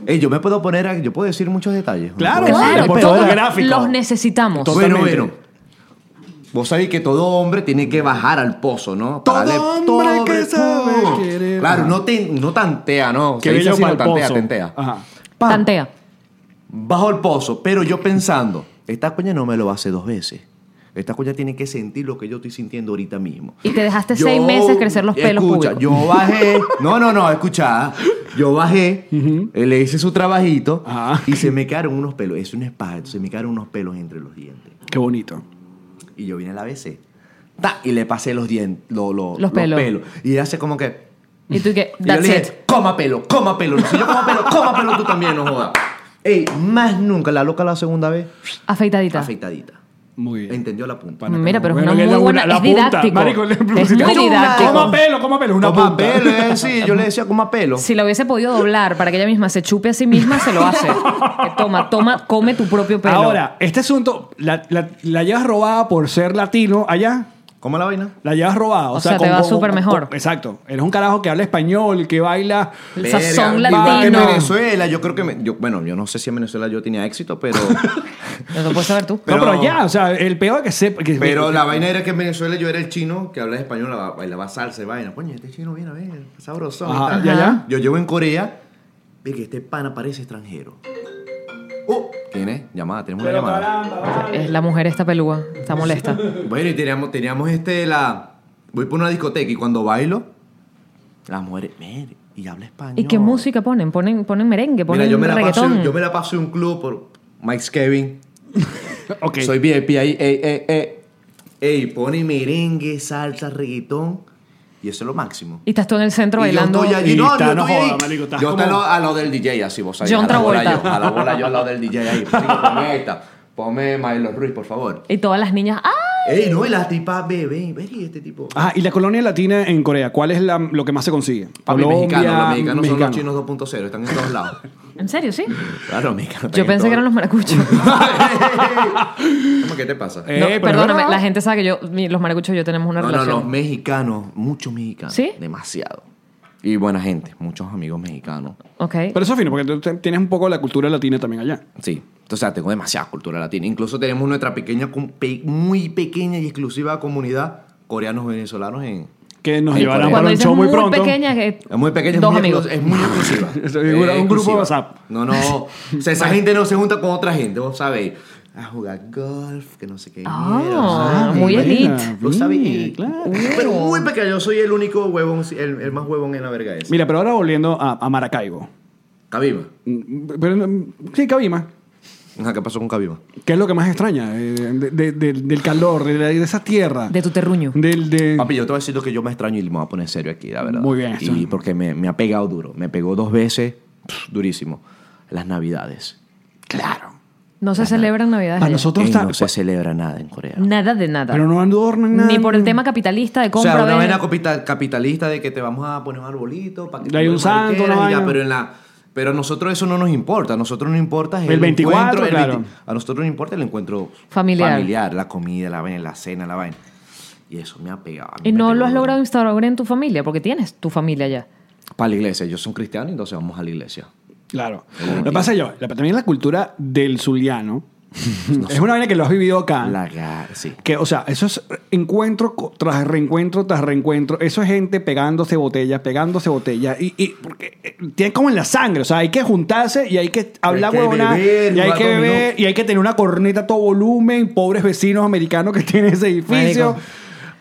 S3: Ey, yo me puedo poner, a- yo puedo decir muchos detalles.
S1: Claro,
S3: ¿no?
S1: Claro,
S2: Claro,
S1: por
S2: todos
S1: favor, gráfico.
S2: Ah, los necesitamos.
S1: Todo-
S3: Bueno,
S1: Totalmente.
S3: bueno. Vos sabéis que todo hombre tiene que bajar al pozo, ¿no? Para
S1: Todo
S3: darle-
S1: hombre que sabe
S3: todo.
S1: querer.
S3: Claro, no, te- no tantea, ¿no?
S1: Qué
S3: Se dice
S1: bello
S3: así, no
S1: para el
S3: tantea,
S1: pozo. Ah.
S3: tantea.
S1: Ajá.
S3: Pam,
S2: Tantea.
S3: Bajo el pozo, pero yo pensando, esta coña no me lo hace dos veces. Esta coña tiene que sentir lo que yo estoy sintiendo ahorita mismo.
S2: Y te dejaste
S3: Yo-
S2: seis meses crecer los pelos
S3: escucha,
S2: públicos.
S3: Yo bajé. No, no, no, escucha. Yo bajé, eh, le hice su trabajito
S1: Ajá.
S3: y se me quedaron unos pelos. Es un spa, se me quedaron unos pelos entre los dientes.
S1: Qué bonito.
S3: Y yo vine a la BC. ta, y le pasé los dientes,
S2: Los pelos.
S3: Y ella hace como que.
S2: Y tú que,
S3: y yo le
S2: that's
S3: dije,
S2: it.
S3: coma pelo, coma pelo. Si yo como pelo, coma pelo tú también, no jodas. Ey, más nunca, la loca la segunda vez,
S2: Afeitadita.
S3: afeitadita.
S1: Muy bien.
S3: Entendió la punta.
S1: Pana,
S2: Mira, pero es
S1: bueno,
S2: una
S1: que
S2: muy
S1: es
S2: buena- es didáctico.
S1: Marico, le-
S2: Es
S1: le- le-
S2: muy
S1: le-
S2: didáctico.
S1: Coma pelo, coma pelo, una
S3: Coma
S1: punta.
S3: pelo, eh, sí, yo le decía coma pelo.
S2: Si la hubiese podido doblar para que ella misma se chupe a sí misma, se lo hace. Que toma, toma, come tu propio pelo.
S1: Ahora, este asunto, la, la, la llevas robada por ser latino allá.
S3: ¿Cómo la vaina?
S1: La llevas robada. O,
S2: O sea, te va súper mejor.
S1: exacto. Eres un carajo que habla español, que baila.
S2: El sazón
S3: Verga, igual que en
S2: latino.
S3: Venezuela, yo creo que. me- yo- bueno, yo no sé si en Venezuela yo tenía éxito, pero.
S2: No lo puedes saber tú.
S1: Pero,
S3: Pero-
S1: no, pero ya, o sea, el peor que sepa. Que,
S3: pero la vaina era que en Venezuela yo era el chino que hablaba español, la- bailaba salsa y vaina. Coño, este chino viene a ver, sabroso. y
S1: Ajá,
S3: tal.
S1: ya, ya.
S3: Yo llevo en Corea, ve que este pana parece extranjero. Oh, ¿Quién es? Llamada, tenemos una llamada.
S2: Es la mujer esta pelúa. Está molesta.
S3: Bueno, y teníamos, teníamos este, la... Voy por una discoteca y cuando bailo, las mujeres, "Mer, y habla español.
S2: ¿Y qué música ponen? Ponen, ponen merengue, ponen
S3: Mira, yo me, la paso,
S2: reggaetón.
S3: yo me la paso en un club por Mike's Kevin.
S1: Ok.
S3: Soy VIP ahí,
S1: eh,
S3: ey, ey, ey. Ey, pone merengue, salsa, reggaetón. Y eso es lo máximo.
S2: Y estás tú en el centro
S3: Y yo
S2: bailando.
S3: estoy allí,
S1: Y
S3: no,
S1: está,
S3: yo
S1: no
S3: estoy
S1: joda,
S3: ahí.
S1: marico, estás
S3: yo estoy
S1: como-
S3: al lado del DJ así, vos sabés.
S2: John
S3: a la bola
S2: Travolta.
S3: yo, a la bola yo al lado del DJ ahí. Marico, Ponme esta, ponme Milo Ruiz, por favor.
S2: Y todas las niñas, ¡ah!
S3: Ey, no, y las tipas, ve, ve, ve, y este tipo.
S1: Ajá, y la colonia latina en Corea, ¿cuál es la- lo que más se consigue?
S3: Papi,
S1: Colombia,
S3: mexicano, los mexicanos
S1: mexicano.
S3: son los chinos 2.0, están en todos lados.
S2: ¿En serio, sí?
S3: Claro, mexicanos.
S2: Yo pensé que eran los maracuchos.
S3: los. ¿Cómo que te pasa?
S1: Eh,
S2: No,
S1: pero
S2: perdóname,
S1: no.
S2: la gente sabe que yo, mi- los maracuchos y yo tenemos una
S3: no, no,
S2: relación.
S3: los mexicanos, muchos mexicanos.
S2: ¿Sí?
S3: Demasiado. Y buena gente, muchos amigos mexicanos.
S2: Ok.
S1: Pero eso es fino, porque tú te- tienes un poco la cultura latina también allá.
S3: Sí. O sea, tengo demasiada cultura latina. Incluso tenemos nuestra pequeña, com- pe- muy pequeña y exclusiva comunidad coreanos venezolanos en.
S1: Que nos
S3: En
S1: llevarán para
S3: Corea.
S2: Cuando
S1: un
S2: dices
S1: show muy
S2: muy,
S1: pronto.
S2: pequeña, que-
S3: Es muy pequeña, es
S2: dos
S3: muy
S2: amigos.
S3: exclu- es muy
S1: Seguro,
S3: exclusiva. Es
S1: un grupo de
S3: exclusiva.
S1: WhatsApp.
S3: No, no. O sea, esa gente no se junta con otra gente, vos sabéis. A jugar golf, que no sé qué.
S2: Ah,
S3: mierda, vos
S2: Ah, muy
S1: mira,
S2: elite.
S3: Lo sabía.
S1: mira, claro.
S3: eh, Pero muy pequeño. Yo soy el único huevón, el, el más huevón en la verga esa.
S1: Mira, pero ahora volviendo a, a Maracaibo.
S3: Cabima.
S1: Mm, Pero, mm, sí, Cabima.
S3: Ajá, ¿qué pasó con Cabima?
S1: ¿Qué es lo que más extraña? eh, de- de- de- del calor, de, la- de esa tierra.
S2: de tu terruño.
S1: del, de-
S3: Papi, yo te voy a decir lo que yo me extraño y me voy a poner serio aquí, la verdad.
S1: Muy bien,
S3: Y
S1: eso.
S3: porque me, me ha pegado duro. Me pegó dos veces, pf, durísimo. Las navidades.
S1: Claro.
S2: No se celebran navidades.
S1: A
S2: allá.
S1: nosotros
S3: Ey,
S1: está- pues,
S3: no se celebra nada en Corea.
S2: Nada de nada.
S1: Pero no adornan nada.
S2: pues, Ni por el tema capitalista de
S3: O
S2: compra.
S3: sea, una
S2: vende.
S3: vaina capital- capitalista de que te vamos a poner un arbolito para que
S1: Hay
S3: tú
S1: un
S3: te
S1: santo,
S3: mariqueras
S1: una
S3: y ya,
S1: vaina.
S3: pero en la pero a nosotros eso no nos importa, a nosotros nos importa es
S1: El 24,
S3: encuentro, el
S1: claro.
S3: 20 a nosotros nos importa el encuentro
S2: Familiar.
S3: la comida, la vaina, la cena, la vaina. Y eso me ha pegado. a mí
S2: y
S3: me
S2: no
S3: pegó
S2: lo has
S3: duro.
S2: logrado instaurar en tu familia, porque tienes tu familia ya.
S3: Para la iglesia, yo soy un cristiano, entonces vamos a la iglesia.
S1: Claro. Lo que pasa yo, la- también la cultura del zuliano Es una vaina que lo has vivido acá.
S3: La ga- sí.
S1: Que, o sea, eso es encuentro co- tras reencuentro tras reencuentro. Eso es gente pegándose botellas, pegándose botellas. Y, y porque eh, tiene como en la sangre. O sea, hay que juntarse y hay que hablar
S3: que
S1: huevona.
S3: beber,
S1: Y hay
S3: jugar
S1: que
S3: dominó.
S1: beber y hay que tener una corneta a todo volumen. Pobres vecinos americanos que tienen ese edificio.
S2: Marico.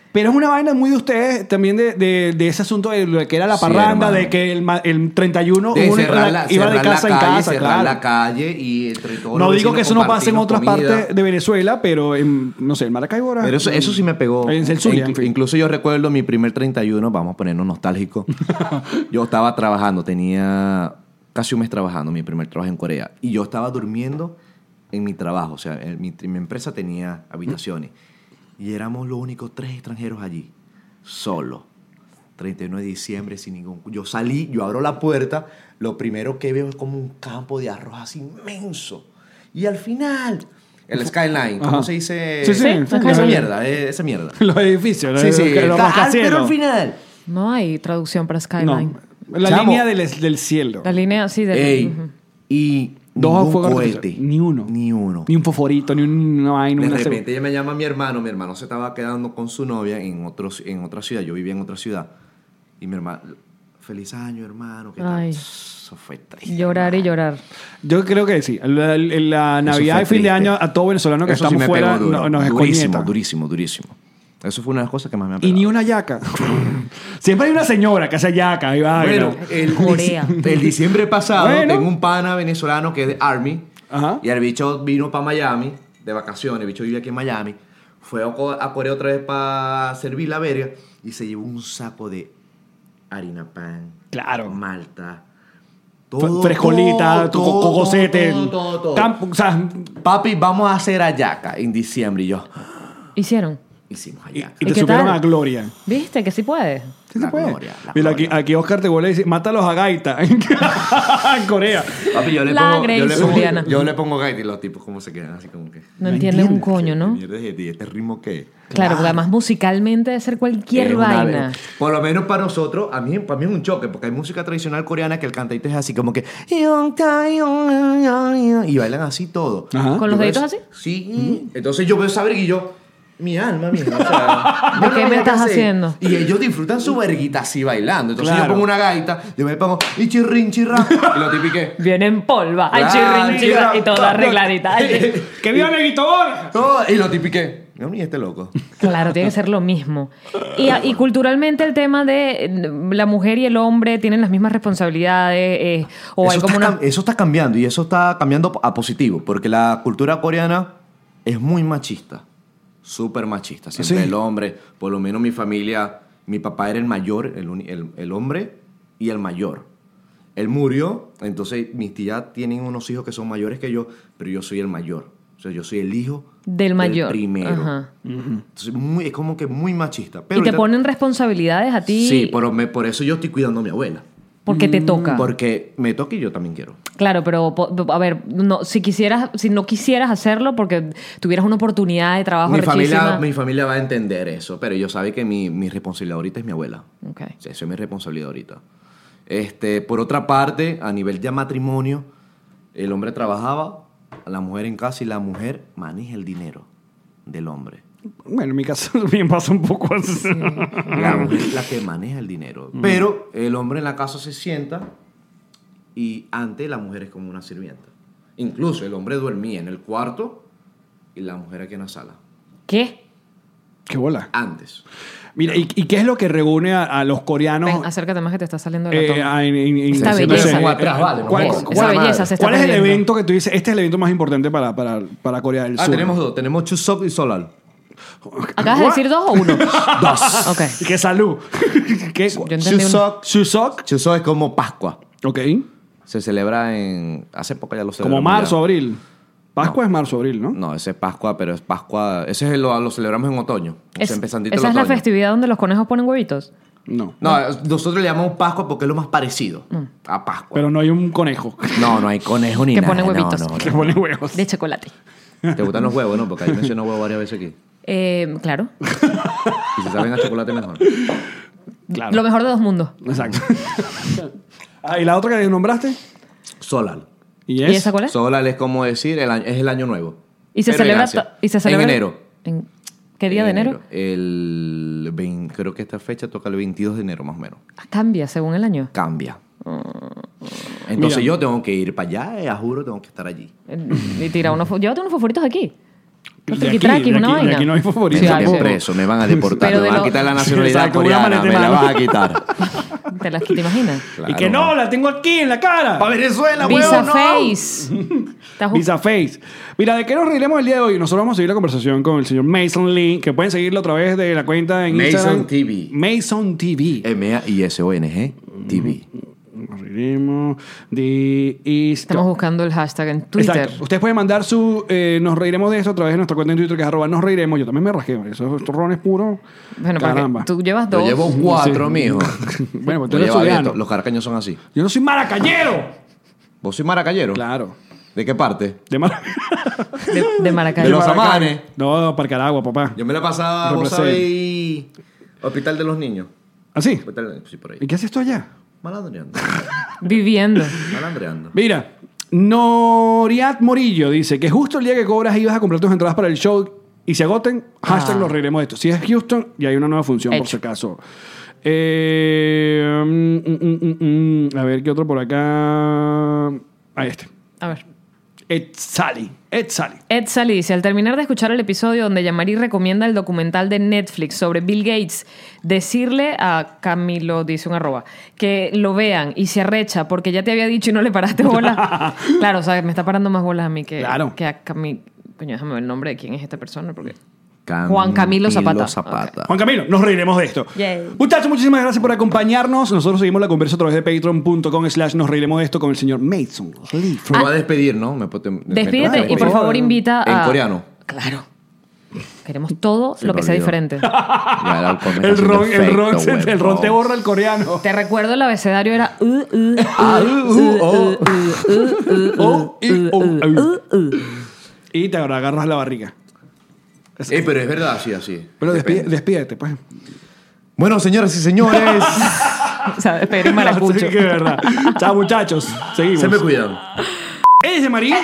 S1: Pero es una vaina muy de ustedes también de, de- de ese asunto de lo que era la
S3: Sí,
S1: parranda,
S3: hermano.
S1: de que el, ma- el 31
S3: De
S1: uno
S3: cerrar
S1: iba-
S3: la,
S1: iba de
S3: cerrar la
S1: casa en
S3: calle,
S1: casa.
S3: cerrar
S1: claro.
S3: la calle y entre todos
S1: No
S3: los
S1: digo
S3: vecinos
S1: que eso no pase en otras
S3: compartirnos comida.
S1: partes de Venezuela, pero en, no sé, en Maracaibo ahora-
S3: Pero eso, eso sí me pegó.
S1: En el sur,
S3: Inclu-
S1: en fin.
S3: Incluso yo recuerdo mi primer 31, vamos a ponernos nostálgicos. yo estaba trabajando, tenía casi un mes trabajando, mi primer trabajo en Corea. Y yo estaba durmiendo en mi trabajo, o sea, en mi, mi empresa tenía habitaciones. Y éramos los únicos tres extranjeros allí, solo. 31 de diciembre, sin ningún... Yo salí, yo abro la puerta, lo primero que veo es como un campo de arroz así inmenso. Y al final, el skyline, ¿cómo
S1: Ajá.
S3: se dice?
S1: Sí, sí, Sí,
S2: sí,
S3: esa
S2: sí.
S3: mierda, eh, esa mierda.
S1: Los edificios, ¿no?
S3: Sí, sí,
S1: Los
S3: está alto, pero
S1: rascacielos.
S3: al final.
S2: No hay traducción para Skyline.
S1: No, la
S3: Chamo.
S1: línea del, del cielo.
S2: La línea, sí, de...
S3: Ey,
S2: Ujú.
S3: y
S1: Dos
S3: ningún
S1: fuegos
S3: cohete.
S1: artificiales. Ni uno.
S3: Ni uno.
S1: Ni un fosforito, ni un, no hay, ni
S3: de
S1: una
S3: repente ella me llama mi hermano, mi hermano se estaba quedando con su novia en, otro, en otra ciudad, yo vivía en otra ciudad, y mi hermano, feliz año hermano, ¿qué tal?
S2: Ay.
S3: Eso fue triste.
S2: Llorar y llorar.
S1: Yo creo que sí. La, la Navidad
S3: fue
S1: y fin de
S3: triste.
S1: año a todo venezolano que
S3: Eso sí
S1: estamos
S3: me pegó
S1: fuera no-
S3: duro.
S1: nos
S3: Durísimo,
S1: escoñeta.
S3: durísimo, durísimo. Eso fue una de las cosas que más me ha
S1: Y
S3: pegado.
S1: ni una yaca. Siempre hay una señora que hace yaca y va.
S3: Bueno, el,
S2: Corea.
S3: dic- el diciembre pasado
S1: Bueno.
S3: tengo un pana venezolano que es de Army.
S1: Ajá.
S3: Y el bicho vino para Miami de vacaciones. El bicho vive aquí en Miami. Fue a Co- a Corea otra vez para servir la verga. Y se llevó un saco de harina pan.
S1: Claro.
S3: Malta.
S1: F- Frescolita, tu co- cocosete.
S3: Todo, todo, todo.
S1: Tam- o sea,
S3: Papi, vamos a hacer ayaca en diciembre. Y yo,
S2: Hicieron.
S3: hicimos
S1: y,
S3: ayaca.
S1: y
S2: ¿Y
S1: te
S2: qué
S1: supieron
S2: tal?
S1: a Gloria.
S2: ¿Viste? Que sí puede.
S1: Sí se
S3: La
S1: puede.
S3: gloria, la
S1: Mira, aquí,
S3: gloria.
S1: aquí Oscar te vuelve y dice, mátalos a gaita en Corea.
S3: Papi, yo le
S2: La
S3: pongo,
S2: Grace
S3: yo le pongo,
S2: Juliana.
S3: yo le pongo gaita y los tipos cómo se quedan así como que...
S2: No entienden un coño,
S3: ¿Qué
S2: ¿no?
S3: mierda es este? ¿Y este ritmo qué? es?
S2: Claro, porque además musicalmente debe ser cualquier
S3: Es Eh, una
S2: vaina.
S3: vez. Por lo menos para nosotros, a mí, para mí es un choque, porque hay música tradicional coreana que el cantante es así como que... Y bailan así todo.
S1: Ajá.
S2: ¿Con los
S3: Yo veo
S2: deditos
S3: eso-
S2: así?
S3: Sí. Entonces yo veo esa verga y yo... Mi alma, mi alma, o sea,
S2: ¿De
S3: yo
S2: qué
S3: no
S2: me
S3: sé
S2: estás
S3: hacer.
S2: haciendo?
S3: Y ellos disfrutan su verguita así bailando. Entonces
S1: Claro.
S3: yo pongo una gaita, yo me pongo... Y chirrin, chirra. Y lo típico es,
S2: Viene en polva. Ay,
S3: Ah,
S2: chirrin, chirra.
S3: mira.
S2: Y toda arregladita. Ay,
S1: ¡Que viva Neguito Borja!
S3: "Oh", y lo típico es, No, ni este loco.
S2: Claro, tiene que ser lo mismo. Y, y culturalmente el tema de eh, la mujer y el hombre tienen las mismas responsabilidades eh, o hay
S3: eso,
S2: como
S3: está,
S2: una...
S3: cam- eso está cambiando y eso está cambiando a positivo, porque la cultura coreana es muy machista, súper
S2: Ah,
S3: machista. Siempre
S1: ¿Sí?
S3: el hombre, por lo menos mi familia, mi papá era el mayor, el, uni- el- el hombre y el mayor. Él murió, entonces mis tías tienen unos hijos que son mayores que yo, pero yo soy el mayor. O sea, yo soy el hijo
S2: Del mayor.
S3: primero.
S2: Ajá.
S3: Entonces, muy- es como que muy machista. Pero
S2: Y te
S3: ahorita-
S2: ponen responsabilidades a ti
S3: Sí, pero me- por mm, eso yo estoy cuidando a mi abuela.
S2: porque te toca.
S3: Porque me toca y yo también quiero.
S2: Claro, pero po- po- a ver, no, si quisieras, si no quisieras hacerlo porque tuvieras una oportunidad de trabajo
S3: mi familia,
S2: rechísima.
S3: mi familia va a entender eso, pero yo sabe que mi, mi responsabilidad ahorita es mi abuela.
S2: Ok.
S3: O sea, Eso es mi responsabilidad ahorita. Este, por otra parte, a nivel ya matrimonio, el hombre trabajaba, la mujer en casa y la mujer maneja el dinero del hombre.
S1: Bueno, en mi caso también pasa un poco así.
S3: La mujer es la que maneja el dinero. Pero el hombre en la casa se sienta y antes la mujer es como una sirvienta. Incluso el hombre dormía en el cuarto y la mujer aquí en la sala.
S2: ¿Qué?
S1: ¡Qué bola!
S3: Antes.
S1: Ah, Mira, ¿y, y qué es lo que reúne a, a los coreanos?
S2: Ven, acércate más que te está saliendo de la
S1: eh,
S3: ah,
S2: toma.
S1: a- en- en- en-
S2: Esta
S1: no sé,
S2: belleza.
S1: eh,
S2: Como
S3: atrás, vale, no
S1: ¿Cuál,
S2: Esa-
S3: jodas.
S1: cuál-
S2: esa
S3: madre.
S2: belleza se está
S1: cuál es el
S2: perdiendo.
S1: evento que tú dices? Este es el evento más importante para, para, para Corea del
S3: Ah,
S1: Sur.
S3: tenemos dos. Tenemos Chuseok y Solal.
S2: ¿Acabas de decir dos o uno?
S3: Dos.
S2: ok.
S1: Y ¡Qué salud! ¿Qué?
S2: Yo entendí uno.
S3: Chuseok.
S1: Chuseok.
S3: Chuseok es como Pascua.
S1: Ok.
S3: Se celebra en... Hace poco ya lo celebramos.
S1: Como marzo,
S3: ya.
S1: abril. Pascua es marzo, abril, ¿no? Mm.
S3: No, ese es Pascua, pero es Pascua... Ese es el- lo, lo celebramos en otoño. O sea,
S2: Es-
S3: empezandito el
S2: esa es la
S3: otoño.
S2: festividad donde los conejos ponen huevitos.
S1: No.
S3: No, es- nosotros le llamamos Pascua porque es lo más parecido a Pascua.
S1: Pero no hay un conejo
S3: no, no hay conejo ni
S2: Mm. Que
S3: nada.
S2: pone
S3: no,
S2: huevitos.
S3: no, no.
S1: que pone huevos.
S2: De chocolate.
S3: ¿Te gustan los huevos, no? Porque ahí menciono huevo varias veces aquí.
S2: Eh, claro.
S3: Y si saben a chocolate, mejor.
S1: Claro.
S2: Lo mejor de dos mundos.
S1: Exacto. ah, ¿Y la otra que nombraste?
S3: Solal.
S1: ¿Y
S2: ¿Y esa cuál es?
S3: Solal es como decir, el año- es el año nuevo.
S2: Y se
S3: Pero
S2: celebra.
S3: gracias.
S2: to- Y se celebra
S3: En enero.
S2: en- ¿Qué día
S3: En
S2: de enero?
S3: El vein- creo que esta fecha toca el 22 de enero más o menos.
S2: Ah, Cambia según el año.
S3: Cambia. Entonces
S1: Ah. Mira.
S3: yo tengo que ir para allá, eh, a juro, tengo que estar allí.
S2: Eh, Y tira unos. fu- Llévate unos foforitos aquí. Unos
S1: De aquí,
S2: triquitraquis,
S1: de
S2: una
S1: aquí- de
S2: vaina.
S1: aquí no hay
S3: Me
S1: favoritos.
S2: Sí,
S3: van
S2: algo.
S3: a preso, me van a deportar,
S2: Pero
S3: me
S2: de
S3: van a
S2: lo-
S3: quitar la
S1: Sí,
S3: nacionalidad
S1: exacto, una
S3: coreana,
S1: maleta
S3: me
S1: de
S3: la
S1: mano.
S3: vas a quitar.
S2: Te las te imaginas.
S1: Y que no, la tengo aquí en la cara.
S3: ¡Para Venezuela,
S2: Visa
S3: huevón, no!
S2: Face. Estás-
S1: Visa Face. Mira, ¿de qué nos reiremos el día de hoy? Nosotros vamos a seguir la conversación con el señor Mason Lee, que pueden seguirlo a través de la cuenta en
S3: Mason
S1: Instagram.
S3: TV.
S1: Mason TV.
S3: M-A-I-S-O-N-G TV.
S1: Nos reiremos de esto.
S2: Estamos buscando el hashtag en Twitter.
S1: Exacto. Ustedes pueden mandar su eh, Nos reiremos de esto a través de nuestra cuenta en Twitter, que es arroba Nos reiremos. Yo también me rasqué, ¿vale? eso es torrón es puro.
S2: Bueno, porque
S1: Caramba.
S2: tú llevas
S3: Yo
S2: dos.
S3: llevo cuatro, mijo.
S1: Bueno, pues tú
S3: Yo
S1: eres zuliano.
S3: llevo abierto. Los caracaños son así.
S1: Yo no soy maracañero.
S3: ¿Vos sois maracayero?
S1: Claro.
S3: ¿De qué parte?
S1: De Mar-
S2: De, de Maracay.
S3: De los amanes.
S1: No, Parcaragua, papá.
S3: Yo me la pasaba, vos
S1: Represent.
S3: sabéis, hospital de los niños.
S1: ¿Así?
S3: Hospital, sí, por ahí.
S1: ¿Ah, ¿Y qué haces tú allá?
S3: Malandreando.
S2: Viviendo.
S3: Malandreando.
S1: Mira, Noriat Morillo dice que justo el día que cobras ibas a comprar tus entradas para el show y se agoten, hashtag
S2: Ah.
S1: nos reiremos de esto. Si es Houston, y hay una nueva función por
S2: Hecho.
S1: si acaso. Eh, mm, mm, mm, mm, a ver, ¿qué otro por acá? Ahí este.
S2: A ver.
S1: Ed Sally. Ed Sally.
S2: Ed Sally dice, al terminar de escuchar el episodio donde Yamari recomienda el documental de Netflix sobre Bill Gates, decirle a Camilo, dice un arroba, que lo vean y se arrecha porque ya te había dicho y no le paraste bola. claro, o sea, me está parando más bolas a mí que,
S1: Claro.
S2: que a Camilo. Coño, déjame ver el nombre de quién es esta persona porque... Juan Camilo Zapata.
S3: Zapata.
S1: Juan Camilo, nos reiremos de esto.
S2: Yay.
S1: Muchachos, muchísimas gracias por acompañarnos. Nosotros seguimos la conversa a través de patreon.com slash nos reiremos de esto con el señor Mason. Lee.
S2: Ah.
S3: Me voy a despedir, ¿no? Me, puedo- me-
S2: Despídete
S3: me-
S2: y por favor invita a...
S3: En coreano.
S2: Claro. Queremos todo
S3: Se
S2: lo que
S3: me
S2: sea
S3: olvidó.
S2: diferente.
S3: Ya, el alcohol me está
S1: El
S3: haciendo
S1: ron, el, ron
S3: efecto,
S1: se- el
S3: huevón.
S1: ron te borra el coreano.
S2: Te recuerdo, el abecedario era... uh, u, u,
S3: Ah,
S2: u,
S3: uh, uh, oh.
S2: u, u, u, u,
S1: Oh, y,
S2: u,
S1: oh,
S2: u,
S1: ay.
S2: u, u.
S1: Y te agarras la barriga.
S3: Eh, pero es verdad, sí, así.
S1: Pero despi-
S3: Depende.
S1: despídete, pues.
S3: Bueno, señoras y señores,
S2: O sea, Pedro y
S1: Sí,
S2: Maracucho.
S1: que es verdad. Chao, muchachos. Seguimos.
S3: se me cuidan.
S1: ¿Eres de María?